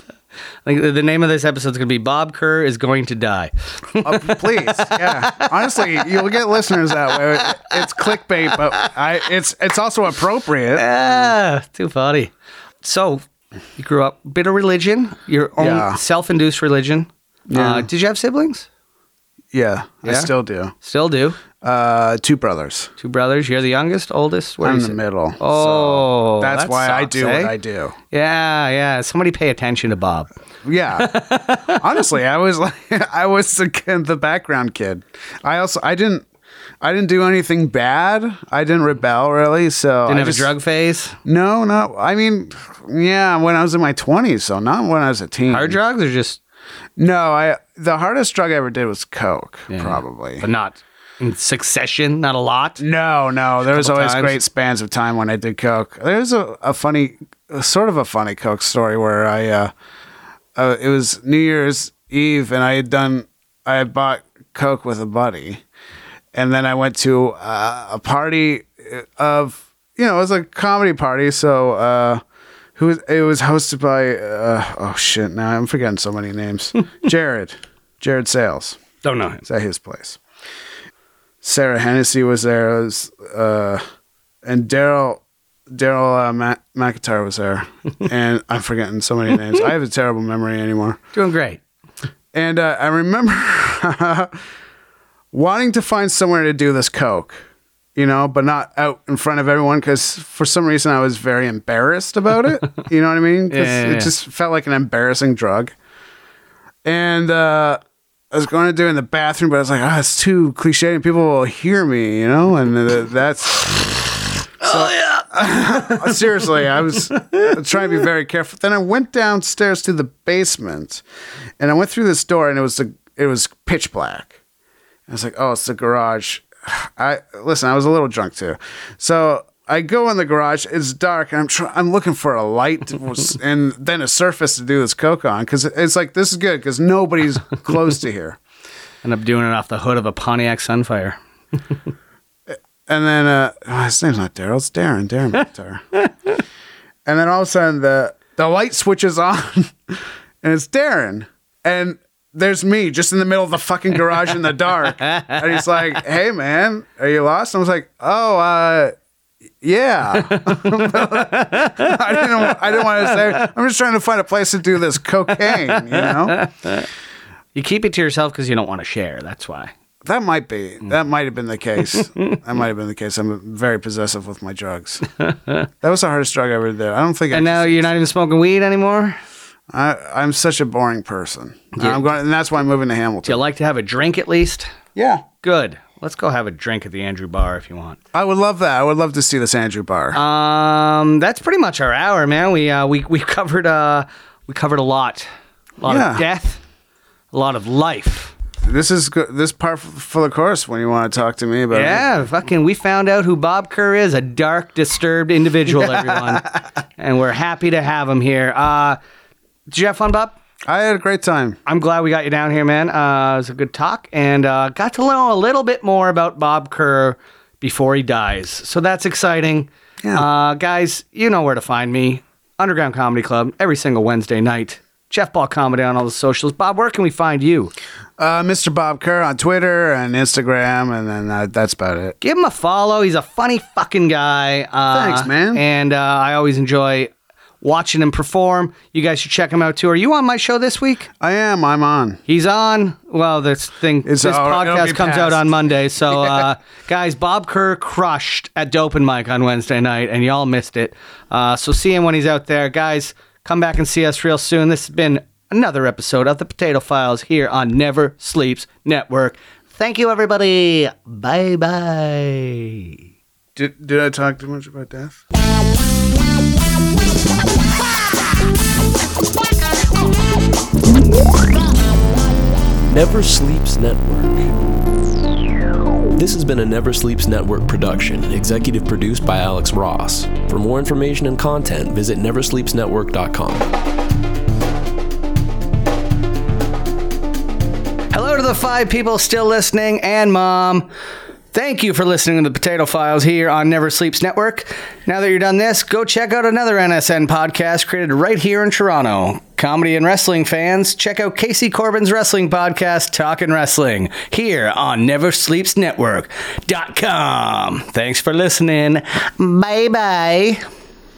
[SPEAKER 1] Like, the the name of this episode is gonna be Bob Kerr is going to die.
[SPEAKER 2] Uh, please, yeah. Honestly, you'll get listeners that way. It's clickbait, but I it's it's also appropriate.
[SPEAKER 1] ah, too funny. So you grew up bit of religion, your own
[SPEAKER 2] Yeah.
[SPEAKER 1] self-induced religion. Uh, did you have siblings?
[SPEAKER 2] Yeah, I
[SPEAKER 1] Yeah?
[SPEAKER 2] still do.
[SPEAKER 1] Still do.
[SPEAKER 2] Uh, two brothers.
[SPEAKER 1] Two brothers. You're the youngest, oldest. Where
[SPEAKER 2] I'm in
[SPEAKER 1] is
[SPEAKER 2] the
[SPEAKER 1] it?
[SPEAKER 2] middle.
[SPEAKER 1] Oh,
[SPEAKER 2] so that's
[SPEAKER 1] that
[SPEAKER 2] why I
[SPEAKER 1] sucks,
[SPEAKER 2] do
[SPEAKER 1] eh?
[SPEAKER 2] what I do.
[SPEAKER 1] Yeah, yeah. Somebody pay attention to Bob.
[SPEAKER 2] Yeah. Honestly, I was like, I was the, kid- the background kid. I also I didn't I didn't do anything bad. I didn't rebel really. So
[SPEAKER 1] Didn't
[SPEAKER 2] I
[SPEAKER 1] have
[SPEAKER 2] just-
[SPEAKER 1] a drug phase.
[SPEAKER 2] No, not. I mean, yeah, when I was in my 20s, so not when I was a teen.
[SPEAKER 1] Hard drugs or just,
[SPEAKER 2] No, I the hardest drug I ever did was coke, probably.
[SPEAKER 1] but not in succession, not a lot.
[SPEAKER 2] No, no, there was
[SPEAKER 1] Couple
[SPEAKER 2] always
[SPEAKER 1] times.
[SPEAKER 2] great spans of time when I did coke. There's a, a funny, a sort of a funny coke story where I, uh, uh, it was New Year's Eve, and I had done, I had bought coke with a buddy, and then I went to uh, a party of, you know, it was a comedy party, so. Uh, who was, it was hosted by uh, oh shit now I'm forgetting so many names Jared Jared Sales
[SPEAKER 1] Don't know him.
[SPEAKER 2] it's at his place. Sarah Hennessy was there, it was, uh, and Daryl Daryl uh, Ma- McIntyre was there, and I'm forgetting so many names. I have a terrible memory anymore.
[SPEAKER 1] Doing great.
[SPEAKER 2] And uh, I remember wanting to find somewhere to do this coke, you know, but not out in front of everyone because for some reason I was very embarrassed about it. you know what I mean? 'Cause
[SPEAKER 1] Yeah, yeah,
[SPEAKER 2] it
[SPEAKER 1] yeah.
[SPEAKER 2] just felt like an embarrassing drug. And uh, I was going to do it in the bathroom, but I was like, ah, it's too cliche and people will hear me, you know, and th- that's. uh, So Uh, Seriously, I was trying to be very careful. Then I went downstairs to the basement, and I went through this door, and it was the it was pitch black. I was like, oh, it's the garage. I listen. I was a little drunk too, so I go in the garage. It's dark, and I'm try- I'm looking for a light to- and then a surface to do this coke on because it's like this is good because nobody's close to here.
[SPEAKER 1] End up doing it off the hood of a Pontiac Sunfire.
[SPEAKER 2] And then uh, oh, his name's not Daryl, it's Darren, Darren McIntyre. and then all of a sudden the the light switches on, and it's Darren, and there's me just in the middle of the fucking garage in the dark, and he's like, "Hey man, are you lost?" And I was like, "Oh, uh." Yeah, I didn't. I didn't want to say. I'm just trying to find a place to do this cocaine. You know,
[SPEAKER 1] You keep it to yourself because you don't want to share. That's why.
[SPEAKER 2] that might be. That might have been the case. that might have been the case. I'm very possessive with my drugs. that was the hardest drug I ever did. I don't think.
[SPEAKER 1] And
[SPEAKER 2] I,
[SPEAKER 1] now you're not even smoking weed anymore.
[SPEAKER 2] I, am such a boring person. I'm going, and that's why I'm moving to
[SPEAKER 1] Do you
[SPEAKER 2] Hamilton.
[SPEAKER 1] like to have a drink at least?
[SPEAKER 2] Yeah,
[SPEAKER 1] Good. Let's go have a drink at the Andrew Bar if you want.
[SPEAKER 2] I would love that. I would love to see this Andrew Bar.
[SPEAKER 1] Um, that's pretty much our hour, man. We uh, we we covered uh we covered a lot, a lot
[SPEAKER 2] Yeah.
[SPEAKER 1] of death, a lot of life.
[SPEAKER 2] this is go- this part f- for the course when you want to talk to me about. it.
[SPEAKER 1] Yeah, fucking. We found out who Bob Kerr is a dark, disturbed individual, everyone. And we're happy to have him here. Uh, did you have fun, Bob?
[SPEAKER 2] I had a great time.
[SPEAKER 1] I'm glad we got you down here, man. Uh, it was a good talk and uh, got to know a little bit more about Bob Kerr before he dies. So that's exciting.
[SPEAKER 2] Yeah.
[SPEAKER 1] Uh, guys, you know where to find me Underground Comedy Club every single Wednesday night. Jeff Ball Comedy on all the socials. Bob, where can we find you?
[SPEAKER 2] Uh, Mr. Bob Kerr on Twitter and Instagram, and then uh, that's about it.
[SPEAKER 1] give him a follow. He's a funny fucking guy. Uh,
[SPEAKER 2] Thanks, man.
[SPEAKER 1] And uh, I always enjoy watching him perform. You guys should check him out too. Are you on my show this week?
[SPEAKER 2] I am. I'm on.
[SPEAKER 1] He's on. Well, this thing,
[SPEAKER 2] It's
[SPEAKER 1] this
[SPEAKER 2] all- it'll be
[SPEAKER 1] podcast comes out
[SPEAKER 2] passed.
[SPEAKER 1] on Monday. So, uh, guys, Bob Kerr crushed at Dope and Mike on Wednesday night, and y'all missed it. Uh, so, see him when he's out there. Guys, come back and see us real soon. This has been another episode of The Potato Files here on Never Sleeps Network. Thank you, everybody. Bye bye.
[SPEAKER 2] Did Did I talk too much about death?
[SPEAKER 3] Never Sleeps Network. This has been a Never Sleeps Network production, executive produced by Alex Ross. For more information and content, visit neversleepsnetwork.com.
[SPEAKER 1] Hello to the five people still listening and mom. Thank you for listening to the Potato Files here on Never Sleeps Network. Now that you're done this, go check out another NSN podcast created right here in Toronto. Comedy and wrestling fans, check out Casey Corbin's wrestling podcast, Talkin' Wrestling, here on NeverSleepsNetwork.com. Thanks for listening. Bye bye.